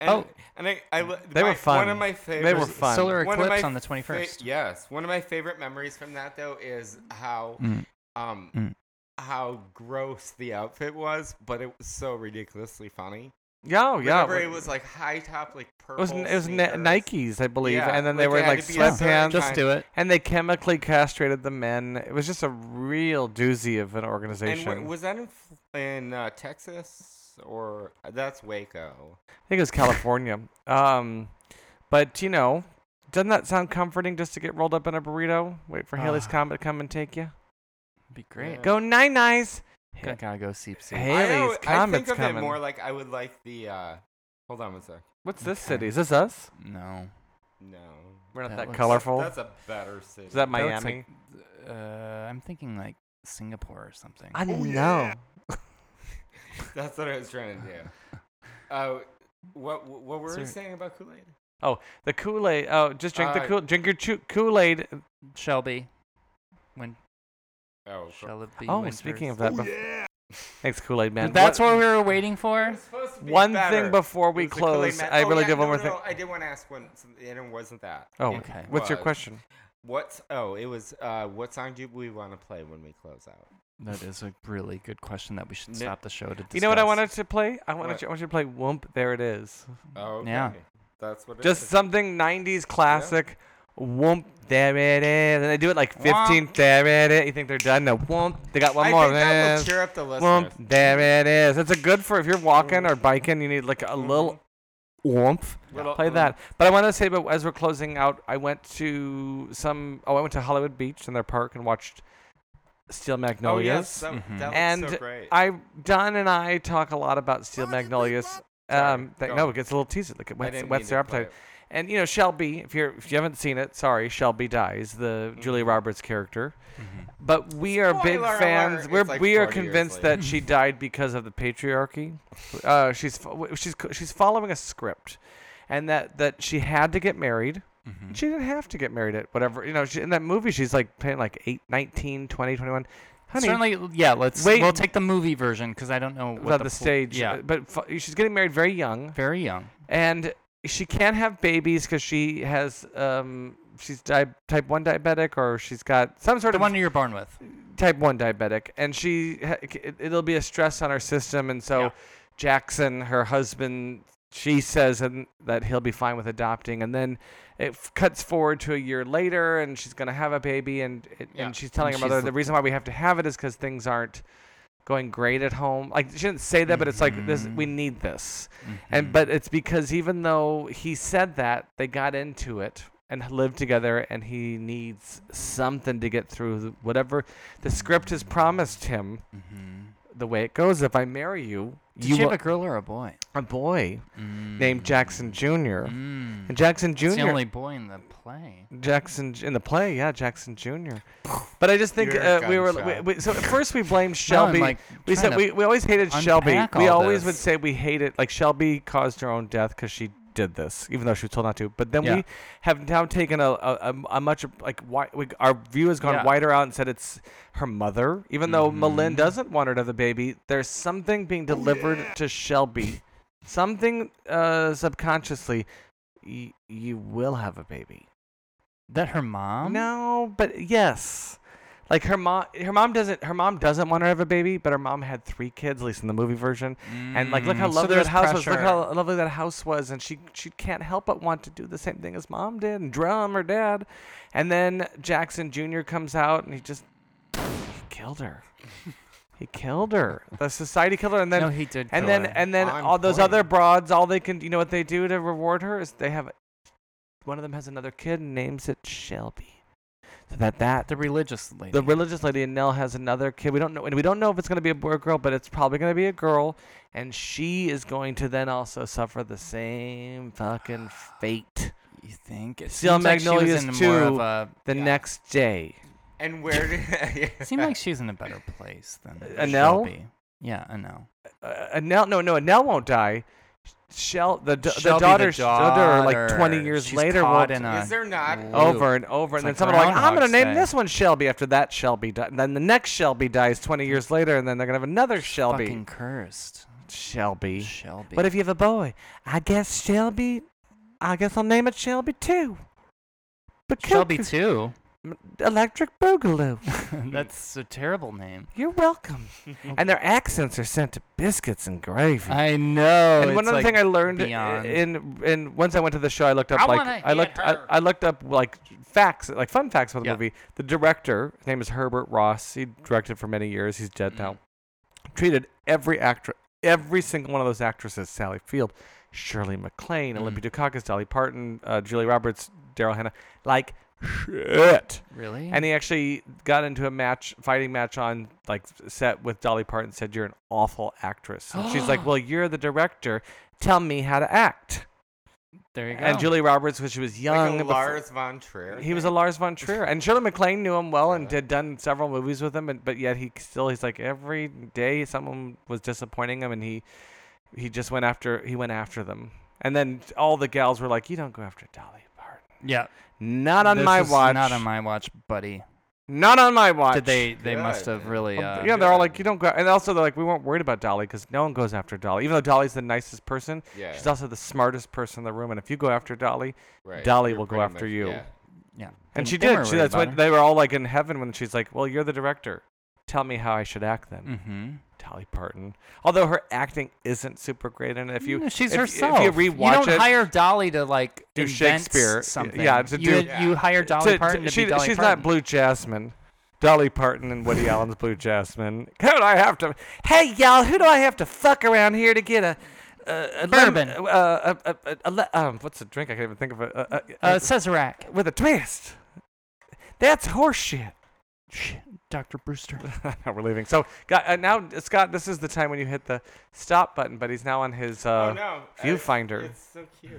[SPEAKER 4] And,
[SPEAKER 3] Oh.
[SPEAKER 4] and I, I lo-
[SPEAKER 2] They were
[SPEAKER 4] my- One
[SPEAKER 2] fun.
[SPEAKER 4] of my
[SPEAKER 2] They
[SPEAKER 4] favorite.
[SPEAKER 2] were fun.
[SPEAKER 3] Solar
[SPEAKER 4] One of
[SPEAKER 3] eclipse
[SPEAKER 4] my
[SPEAKER 3] on the
[SPEAKER 4] fa-
[SPEAKER 3] 21st.
[SPEAKER 4] yes, one of my favorite memories from that though is how,
[SPEAKER 3] Mm.
[SPEAKER 4] um,
[SPEAKER 3] Mm.
[SPEAKER 4] how gross the outfit was, but it was so ridiculously funny.
[SPEAKER 2] Yeah, oh, yeah.
[SPEAKER 4] Remember, it was like high top, like
[SPEAKER 2] It
[SPEAKER 4] purple.
[SPEAKER 2] was, it was Ni-
[SPEAKER 4] sneakers.
[SPEAKER 2] Nikes, I believe,
[SPEAKER 4] Yeah,
[SPEAKER 2] and then they
[SPEAKER 4] like,
[SPEAKER 2] were
[SPEAKER 4] it
[SPEAKER 2] in,
[SPEAKER 4] had
[SPEAKER 2] like
[SPEAKER 4] to be a certain
[SPEAKER 2] sweatpants,
[SPEAKER 3] Just do it.
[SPEAKER 2] and they chemically castrated the men. It was just a real doozy of an organization.
[SPEAKER 4] And wa- was that in F- in uh, Texas or uh, that's Waco?
[SPEAKER 2] I think it was California. um, but you know, doesn't that sound comforting just to get rolled up in a burrito? Wait for Haley's
[SPEAKER 3] Ah.
[SPEAKER 2] comet to come and take you.
[SPEAKER 3] Be great.
[SPEAKER 2] Go nine nice.
[SPEAKER 3] Gotta, gotta go seep seep.
[SPEAKER 2] Hey.
[SPEAKER 4] I,
[SPEAKER 2] Haley's
[SPEAKER 4] al- I think
[SPEAKER 2] comet's
[SPEAKER 4] of
[SPEAKER 2] coming.
[SPEAKER 4] it more like I would like the. Uh, hold on one sec.
[SPEAKER 2] What's this
[SPEAKER 3] Okay.
[SPEAKER 2] city? Is this us?
[SPEAKER 3] No.
[SPEAKER 4] No,
[SPEAKER 2] We're not
[SPEAKER 3] That
[SPEAKER 2] that,
[SPEAKER 3] looks-
[SPEAKER 2] colorful.
[SPEAKER 4] That's a better city.
[SPEAKER 2] Is that
[SPEAKER 3] That looks
[SPEAKER 2] Miami?
[SPEAKER 3] like, uh, I'm thinking like Singapore or something.
[SPEAKER 4] Oh,
[SPEAKER 2] I know.
[SPEAKER 4] That's what I was trying to do. Uh, what what were we
[SPEAKER 3] Sorry.
[SPEAKER 4] saying about Kool Aid?
[SPEAKER 2] The Kool Aid. Oh, just drink the
[SPEAKER 4] Uh,
[SPEAKER 2] Kool. Drink your chu- Kool Aid.
[SPEAKER 3] Shelby. When
[SPEAKER 4] Oh, cool.
[SPEAKER 3] Shelby.
[SPEAKER 2] Oh,
[SPEAKER 3] Winters.
[SPEAKER 2] speaking of that. bef- Thanks, Kool Aid man.
[SPEAKER 3] that's
[SPEAKER 2] What-
[SPEAKER 3] what we were waiting for.
[SPEAKER 4] It's supposed to be
[SPEAKER 2] One
[SPEAKER 4] better.
[SPEAKER 2] thing before
[SPEAKER 4] It
[SPEAKER 2] we
[SPEAKER 4] was the Kool-Aid
[SPEAKER 2] close,
[SPEAKER 4] Man-
[SPEAKER 2] I
[SPEAKER 4] Oh,
[SPEAKER 2] really
[SPEAKER 4] yeah,
[SPEAKER 2] give one
[SPEAKER 4] no,
[SPEAKER 2] more thing.
[SPEAKER 4] no, I did want to ask one, something, and it wasn't that.
[SPEAKER 2] Oh,
[SPEAKER 4] It
[SPEAKER 3] okay.
[SPEAKER 2] What's your
[SPEAKER 4] was-
[SPEAKER 2] question?
[SPEAKER 4] What? Oh, it was. Uh, what song do we want to play when we close out?
[SPEAKER 3] That is a really good question that we should
[SPEAKER 4] N-
[SPEAKER 3] stop the show to discuss.
[SPEAKER 2] You know what I wanted to play? I wanted
[SPEAKER 4] What?
[SPEAKER 2] you, I want you to play Whoomp, There It Is.
[SPEAKER 4] Oh, okay.
[SPEAKER 3] Yeah.
[SPEAKER 4] That's what. it
[SPEAKER 2] Mm-hmm. Just
[SPEAKER 4] is.
[SPEAKER 2] something 90s classic. Whoomp, there it is. And they do it like 15,
[SPEAKER 3] Womp.
[SPEAKER 2] there it is. You think they're done? No, whoomp. They got one
[SPEAKER 4] I
[SPEAKER 2] more.
[SPEAKER 4] think that will
[SPEAKER 2] Yes.
[SPEAKER 4] cheer up the listeners.
[SPEAKER 2] Whoomp, there it is. It's a good for if you're walking or biking, you need like a little oomph.
[SPEAKER 4] Mm-hmm. Little mm-hmm.
[SPEAKER 2] Play that. But I want to say, but as we're closing out, I went to some. Oh, I went to Hollywood Beach in their park and watched Steel
[SPEAKER 4] Oh
[SPEAKER 2] Magnolias.
[SPEAKER 4] yes, that,
[SPEAKER 3] Mhm.
[SPEAKER 4] that
[SPEAKER 2] Mm-hmm. And
[SPEAKER 4] was so great.
[SPEAKER 2] I Don and I talk a lot about Steel Magnolias.
[SPEAKER 4] Sorry,
[SPEAKER 2] Um, that,
[SPEAKER 4] go
[SPEAKER 2] no,
[SPEAKER 4] on.
[SPEAKER 2] it gets a little teased. Like it
[SPEAKER 4] I
[SPEAKER 2] whets,
[SPEAKER 4] didn't
[SPEAKER 2] whets
[SPEAKER 4] mean
[SPEAKER 2] their
[SPEAKER 4] to play
[SPEAKER 2] appetite. And you know, Shelby, if you're if you haven't seen it, sorry, Shelby dies, the
[SPEAKER 3] Mm-hmm.
[SPEAKER 2] Julia Roberts character. But we are big
[SPEAKER 4] Spoiler alert,
[SPEAKER 2] fans.
[SPEAKER 4] it's
[SPEAKER 2] We're
[SPEAKER 4] like
[SPEAKER 2] we are
[SPEAKER 4] 40 years
[SPEAKER 2] convinced
[SPEAKER 4] later.
[SPEAKER 2] that she died because of the patriarchy. Uh, she's fo- w- she's co- she's following a script, and that that she had to get married.
[SPEAKER 3] Mm-hmm.
[SPEAKER 2] She didn't have to get married at whatever you know. She, in that movie, she's like playing like eight, 19, 20, 21. Honey,
[SPEAKER 3] Certainly, yeah. Let's.
[SPEAKER 2] Wait.
[SPEAKER 3] We'll take the movie version because I don't know what
[SPEAKER 2] about the,
[SPEAKER 3] the full-
[SPEAKER 2] stage. uh,
[SPEAKER 3] Yeah,
[SPEAKER 2] But fu- she's getting married very young,
[SPEAKER 3] very young.
[SPEAKER 2] and she can't have babies because she has um she's di- type one diabetic or she's got some sort
[SPEAKER 3] The
[SPEAKER 2] of
[SPEAKER 3] one you're born with.
[SPEAKER 2] type one diabetic, and she ha- c- it- it'll be a stress on her system, and so
[SPEAKER 3] Yeah.
[SPEAKER 2] Jackson, her husband. She says and that he'll be fine with adopting, and then it f- cuts forward to a year later, and she's gonna have a baby, and it,
[SPEAKER 4] Yeah.
[SPEAKER 2] and she's telling
[SPEAKER 3] And
[SPEAKER 2] her mother
[SPEAKER 3] she's
[SPEAKER 2] the
[SPEAKER 3] l-
[SPEAKER 2] reason why we have to have it is because things aren't going great at home. Like she didn't say that, but it's like this
[SPEAKER 3] Mm.
[SPEAKER 2] we need this. And but it's because even though he said that, they got into it and lived together and he needs something to get through the- whatever the script has promised him the way it goes if I marry you,
[SPEAKER 3] Did you,
[SPEAKER 2] will-
[SPEAKER 3] Mm-hmm. have a girl or a boy?
[SPEAKER 2] a boy named Jackson Jr.
[SPEAKER 3] Mm.
[SPEAKER 2] And Jackson Jr.
[SPEAKER 3] It's the only boy in the play.
[SPEAKER 2] Jackson in the play, yeah, Jackson Jr. But I just think
[SPEAKER 4] You're a
[SPEAKER 2] uh, we were we,
[SPEAKER 4] gunshot.
[SPEAKER 2] we, so at first we blamed Shelby.
[SPEAKER 3] like,
[SPEAKER 2] we
[SPEAKER 3] trying
[SPEAKER 2] said
[SPEAKER 3] to
[SPEAKER 2] we, we always hated Shelby.
[SPEAKER 3] unpack
[SPEAKER 2] We
[SPEAKER 3] all
[SPEAKER 2] always would
[SPEAKER 3] this.
[SPEAKER 2] say we hated like Shelby caused her own death because she did this, even though she was told not to. But then
[SPEAKER 3] Yeah.
[SPEAKER 2] we have now taken a a, a, a much like wi- we, our view has gone
[SPEAKER 3] Yeah. Mm-hmm.
[SPEAKER 2] wider out and said it's her mother, even though Malin doesn't want her to have the baby. There's something being
[SPEAKER 3] Oh,
[SPEAKER 2] delivered to Shelby, something uh, subconsciously. Y- you will have a baby.
[SPEAKER 3] That her mom?
[SPEAKER 2] No, but yes. Like her mom, her mom doesn't, her mom doesn't want her to have a baby, but her mom had three kids, at least in the movie version. And like, look how
[SPEAKER 3] Mm, so
[SPEAKER 2] lovely
[SPEAKER 3] there's
[SPEAKER 2] that house was. Look
[SPEAKER 3] pressure.
[SPEAKER 2] how lovely that house was, and she she can't help but want to do the same thing as mom did and drum her dad. And then Jackson Jr. comes out and he just he killed her. He killed her. The society killed her, and then
[SPEAKER 3] No, he did
[SPEAKER 2] and
[SPEAKER 3] kill
[SPEAKER 2] then
[SPEAKER 3] her.
[SPEAKER 2] and then
[SPEAKER 4] On
[SPEAKER 2] all those
[SPEAKER 4] point.
[SPEAKER 2] other broads, all they can, you know, what they do to reward her is they have one of them has another kid and names it Shelby. So that that
[SPEAKER 3] The religious lady.
[SPEAKER 2] the religious lady in Nell has another kid. We don't know, and we don't know if it's going to be a boy or girl, but it's probably going to be a girl, and she is going to then also suffer the same fucking fate
[SPEAKER 3] you think? It
[SPEAKER 2] Steel
[SPEAKER 3] seems like she was
[SPEAKER 2] Magnolias
[SPEAKER 3] in more of
[SPEAKER 2] 2,
[SPEAKER 3] a-
[SPEAKER 2] the next day.
[SPEAKER 4] And where did?
[SPEAKER 3] It seemed like she was in a better place than
[SPEAKER 2] Anel?
[SPEAKER 3] Shelby. Yeah, Anel.
[SPEAKER 2] Uh, Nell, no, no, Nell won't die. Shell, the, da-
[SPEAKER 3] Shelby,
[SPEAKER 2] the daughter's daughter, like twenty
[SPEAKER 3] daughter,
[SPEAKER 2] years
[SPEAKER 3] she's
[SPEAKER 2] later, will
[SPEAKER 3] caught in a
[SPEAKER 4] Is there not?
[SPEAKER 3] loop.
[SPEAKER 2] over and over,
[SPEAKER 3] It's
[SPEAKER 2] and then
[SPEAKER 3] like
[SPEAKER 2] someone like, I'm gonna
[SPEAKER 3] Groundhog's
[SPEAKER 2] name
[SPEAKER 3] Day."
[SPEAKER 2] this one Shelby after that Shelby, di- and then the next Shelby dies 20 years later, and then they're gonna have another Shelby.
[SPEAKER 3] Fucking cursed.
[SPEAKER 2] Shelby.
[SPEAKER 3] Shelby.
[SPEAKER 2] But if you have a boy, I guess Shelby. I guess I'll name it Shelby too. Because
[SPEAKER 3] Shelby too.
[SPEAKER 2] Electric Boogaloo.
[SPEAKER 3] That's a terrible name.
[SPEAKER 2] You're welcome. and their accents are sent to biscuits and gravy.
[SPEAKER 3] I know.
[SPEAKER 2] and one
[SPEAKER 3] it's
[SPEAKER 2] other
[SPEAKER 3] like
[SPEAKER 2] thing I learned
[SPEAKER 3] beyond.
[SPEAKER 2] in in once I went to the show, I looked up
[SPEAKER 3] I wanna
[SPEAKER 2] like I
[SPEAKER 3] hit
[SPEAKER 2] looked I,
[SPEAKER 3] her.
[SPEAKER 2] I looked up like facts, like fun facts about the
[SPEAKER 3] Yeah.
[SPEAKER 2] movie. The director, his name is Herbert Ross. He directed for many years. He's dead now.
[SPEAKER 3] Mm-hmm.
[SPEAKER 2] Treated every actor, every single one of those actresses, Sally Field, Shirley MacLaine,
[SPEAKER 3] Mm-hmm.
[SPEAKER 2] Olympia Dukakis, Dolly Parton, uh, Julie Roberts, Daryl Hannah, like shit.
[SPEAKER 3] really.
[SPEAKER 2] And he actually got into a match, fighting match on like set with Dolly Parton. Said you're an awful actress. And she's like, well, you're the director. Tell me how to act.
[SPEAKER 3] there you go.
[SPEAKER 2] And Julie Roberts, when she was young,
[SPEAKER 4] Like a
[SPEAKER 2] befo-
[SPEAKER 4] Lars von Trier.
[SPEAKER 2] he was a Lars von Trier, and Shirley MacLaine knew him well and had done several movies with him. And but yet he still he's like every day someone was disappointing him, and he he just went after he went after them. And then all the gals were like, you don't go after Dolly Parton.
[SPEAKER 3] yeah.
[SPEAKER 2] Not on
[SPEAKER 3] this
[SPEAKER 2] my
[SPEAKER 3] is
[SPEAKER 2] watch.
[SPEAKER 3] Not on my watch, buddy.
[SPEAKER 2] Not on my watch.
[SPEAKER 3] Did they? They must
[SPEAKER 4] Good.
[SPEAKER 3] have really.
[SPEAKER 2] Um,
[SPEAKER 3] Uh,
[SPEAKER 2] yeah, they're all like, you don't go. And also, they're like, we weren't worried about Dolly because no one goes after Dolly. Even though Dolly's the nicest person,
[SPEAKER 4] Yeah.
[SPEAKER 2] she's also the smartest person in the room. And if you go after Dolly,
[SPEAKER 4] Right,
[SPEAKER 2] Dolly
[SPEAKER 4] you're
[SPEAKER 2] will go
[SPEAKER 4] pretty
[SPEAKER 2] after
[SPEAKER 4] much-
[SPEAKER 2] you.
[SPEAKER 4] yeah.
[SPEAKER 3] yeah.
[SPEAKER 2] and
[SPEAKER 3] They-
[SPEAKER 2] she
[SPEAKER 3] they
[SPEAKER 2] did.
[SPEAKER 3] weren't
[SPEAKER 2] She,
[SPEAKER 3] worried
[SPEAKER 2] that's
[SPEAKER 3] about
[SPEAKER 2] when they were all like in heaven when she's like, well, you're the director. Tell me how I should act then.
[SPEAKER 3] her. Mhm.
[SPEAKER 2] Dolly Parton. Although her acting isn't super great, and if you
[SPEAKER 3] No, she's
[SPEAKER 2] if,
[SPEAKER 3] herself.
[SPEAKER 2] if you rewatch
[SPEAKER 3] don't
[SPEAKER 2] it,
[SPEAKER 3] hire Dolly to like
[SPEAKER 2] Do
[SPEAKER 3] invent
[SPEAKER 2] Shakespeare. Y-
[SPEAKER 3] Something.
[SPEAKER 2] yeah, to
[SPEAKER 3] you,
[SPEAKER 2] do-
[SPEAKER 3] you hire Dolly
[SPEAKER 2] to-
[SPEAKER 3] Parton to,
[SPEAKER 2] she-
[SPEAKER 3] be Dolly
[SPEAKER 2] she's
[SPEAKER 3] Parton.
[SPEAKER 2] not Blue Jasmine. Dolly Parton and Woody Allen's Blue Jasmine. Who do I have to? Hey y'all, who do I have to fuck around here to get a, a, a lem-
[SPEAKER 3] Bourbon.
[SPEAKER 2] Uh, a, a, a, a le- um, what's the drink? I can't even think of it. Uh, uh,
[SPEAKER 3] Uh,
[SPEAKER 2] uh,
[SPEAKER 3] Cesarac.
[SPEAKER 2] with a twist. That's horseshit.
[SPEAKER 3] Dr. Brewster.
[SPEAKER 2] We're leaving. So got, uh, now, Scott, this is the time when you hit the stop button. But he's now on his uh,
[SPEAKER 4] oh no. I-
[SPEAKER 2] viewfinder.
[SPEAKER 4] It's so cute.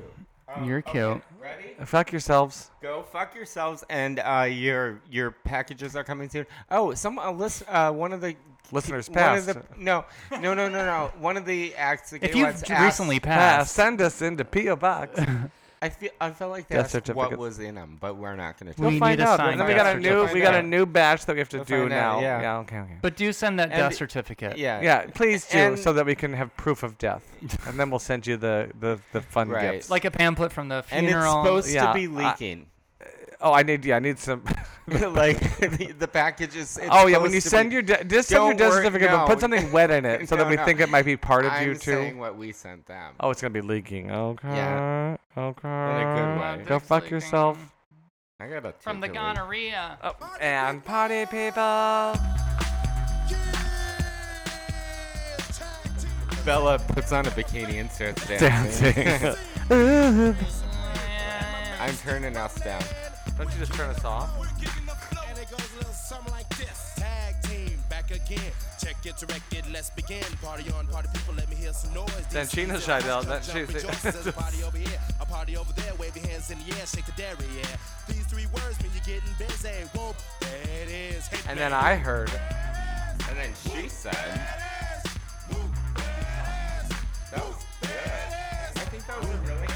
[SPEAKER 4] Um,
[SPEAKER 3] You're
[SPEAKER 4] okay,
[SPEAKER 3] cute.
[SPEAKER 4] Ready?
[SPEAKER 2] Fuck yourselves.
[SPEAKER 4] Go fuck yourselves, and uh, your your packages are coming soon. Oh, some uh, listen, uh, one of the
[SPEAKER 2] Listeners
[SPEAKER 4] one of
[SPEAKER 2] passed.
[SPEAKER 4] the, no, no, no, no, no. One of the acts. The
[SPEAKER 3] If
[SPEAKER 4] gay
[SPEAKER 3] you
[SPEAKER 4] ones
[SPEAKER 3] j-
[SPEAKER 4] asked-
[SPEAKER 3] recently
[SPEAKER 2] Uh,
[SPEAKER 3] passed,
[SPEAKER 2] send us into PO box.
[SPEAKER 4] I feel I felt like they
[SPEAKER 2] Death
[SPEAKER 4] asked what
[SPEAKER 2] certificates.
[SPEAKER 4] was in them, but we're not going to.
[SPEAKER 3] We
[SPEAKER 2] We'll find
[SPEAKER 3] need a
[SPEAKER 2] out.
[SPEAKER 3] signed
[SPEAKER 2] then we
[SPEAKER 4] death
[SPEAKER 2] got a new we
[SPEAKER 4] certificate.
[SPEAKER 2] got a new batch that we have to
[SPEAKER 4] We'll
[SPEAKER 2] do
[SPEAKER 4] find out,
[SPEAKER 2] now.
[SPEAKER 4] yeah.
[SPEAKER 2] yeah, okay, okay.
[SPEAKER 3] but do send that death
[SPEAKER 4] the-
[SPEAKER 3] certificate.
[SPEAKER 4] Yeah.
[SPEAKER 2] yeah, please do
[SPEAKER 4] And-
[SPEAKER 2] so that we can have proof of death, and then we'll send you the the, the fun
[SPEAKER 4] Right.
[SPEAKER 2] gifts.
[SPEAKER 3] like a pamphlet from the
[SPEAKER 4] And it's
[SPEAKER 3] funeral.
[SPEAKER 4] supposed
[SPEAKER 2] yeah,
[SPEAKER 4] to be
[SPEAKER 2] I-
[SPEAKER 4] leaking.
[SPEAKER 2] oh, I need yeah, I need some.
[SPEAKER 4] like the, the package is. It's
[SPEAKER 2] oh yeah, when
[SPEAKER 4] supposed
[SPEAKER 2] you
[SPEAKER 4] to
[SPEAKER 2] send
[SPEAKER 4] be,
[SPEAKER 2] your de- just send your
[SPEAKER 4] Don't
[SPEAKER 2] death
[SPEAKER 4] worry-
[SPEAKER 2] certificate, but put
[SPEAKER 4] no.
[SPEAKER 2] something wet in it so that
[SPEAKER 4] No,
[SPEAKER 2] we
[SPEAKER 4] no.
[SPEAKER 2] think it might be part of
[SPEAKER 4] I'm
[SPEAKER 2] you too.
[SPEAKER 4] saying what we sent them.
[SPEAKER 2] oh, it's gonna be leaking. Okay, okay.
[SPEAKER 4] way.
[SPEAKER 2] Go
[SPEAKER 3] They're
[SPEAKER 2] fuck
[SPEAKER 3] sleeping
[SPEAKER 2] yourself.
[SPEAKER 4] I got a
[SPEAKER 3] From the
[SPEAKER 4] tinker leak.
[SPEAKER 3] gonorrhea.
[SPEAKER 2] Oh, and party people.
[SPEAKER 4] Bella puts on a bikini and starts dancing.
[SPEAKER 2] Dancing. Ooh.
[SPEAKER 4] I'm turning us down.
[SPEAKER 2] Don't you just turn us off?
[SPEAKER 10] And it goes a little something like this. Tag team, back again. again. Check it to record, let's begin. Party on, party people, let me hear some noise.
[SPEAKER 2] Then
[SPEAKER 10] These
[SPEAKER 2] Gina's
[SPEAKER 10] DJs
[SPEAKER 2] shy though,
[SPEAKER 10] jump,
[SPEAKER 2] that
[SPEAKER 10] jump,
[SPEAKER 2] she's-
[SPEAKER 10] rejoice. There's a party over here, a party over there. Wave your hands in the air, shake the dairy, yeah. These three words mean you're getting busy. Whoa, that is. Hey,
[SPEAKER 2] And
[SPEAKER 10] man.
[SPEAKER 2] then I heard,
[SPEAKER 4] And then she said. That was good. I think that was a really.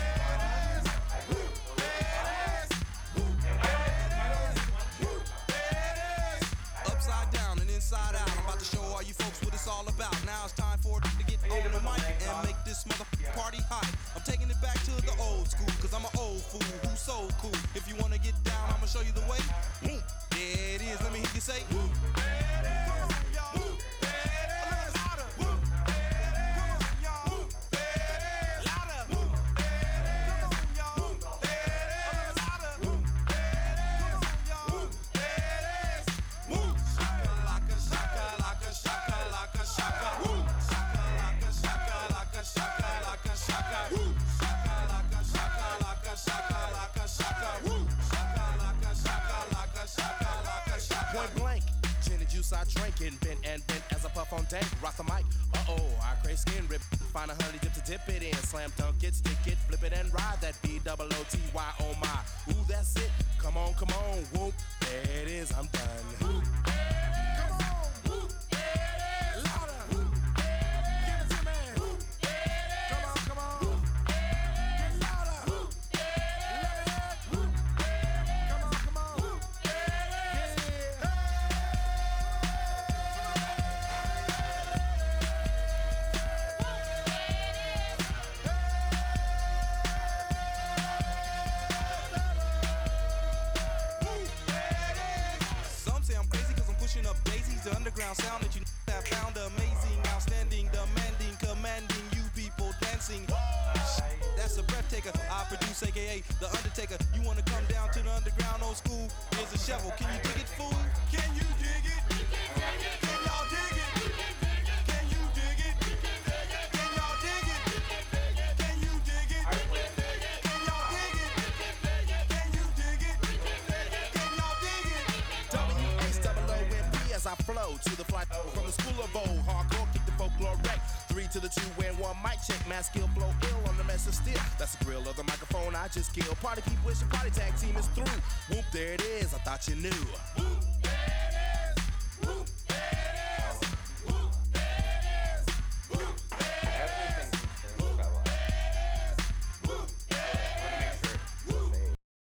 [SPEAKER 10] Upside down and inside out. I'm about to show all you folks what it's all about. Now it's time for it to get on the mic and make this mother party hot. I'm taking it back to the old school, cause I'm an old fool who's so cool. If you wanna get down, I'ma show you the way. Whoop. There it is, let me hear you say. Whoop. Whoop. A little louder. Whoop. Come on, y'all. Whoop. Louder. Whoop. Come on, y'all. Whoop. A little louder. Whoop. Come on, y'all. Whoop. Woo! Shaka laka shaka laka shaka laka shaka. Woo! Shaka laka shaka laka shaka laka shaka. Woo! Shaka laka shaka laka shaka laka shaka. Woo! Shaka laka shaka laka shaka laka shaka. Point blank. Gin and juice I drank and bent and bent as I puff on dank. Rock the mic. Uh oh, I crave skin rip. Find a honey dip to dip it in. Slam dunk it, stick it, flip it and ride that B double O T Y oh my. Ooh, that's it. Come on, come on, whoop. There it is, I'm done. Some say I'm crazy cause I'm pushing up daisies. The underground sound that you have found amazing, outstanding, demanding, commanding. You people dancing. That's a breath taker. I produce, aka The Undertaker. You wanna come down to the underground old school? Here's a shovel. Can you dig it, fool? Can you dig it? Can y'all dig it? Can you dig it? Can y'all dig it? Can you dig it? Can y'all dig it? Can you dig it? Can y'all dig it? W-H-O-O-M-P as I flow to the flight from the school of old. Hardcore, kick the folklore wreck. Three to the two and one mic check. Mass skill blow ill on the mess of steel. That's the grill of the microphone I just killed. Party people, it's your party tag team is through. Whoop, there it is. I thought you knew.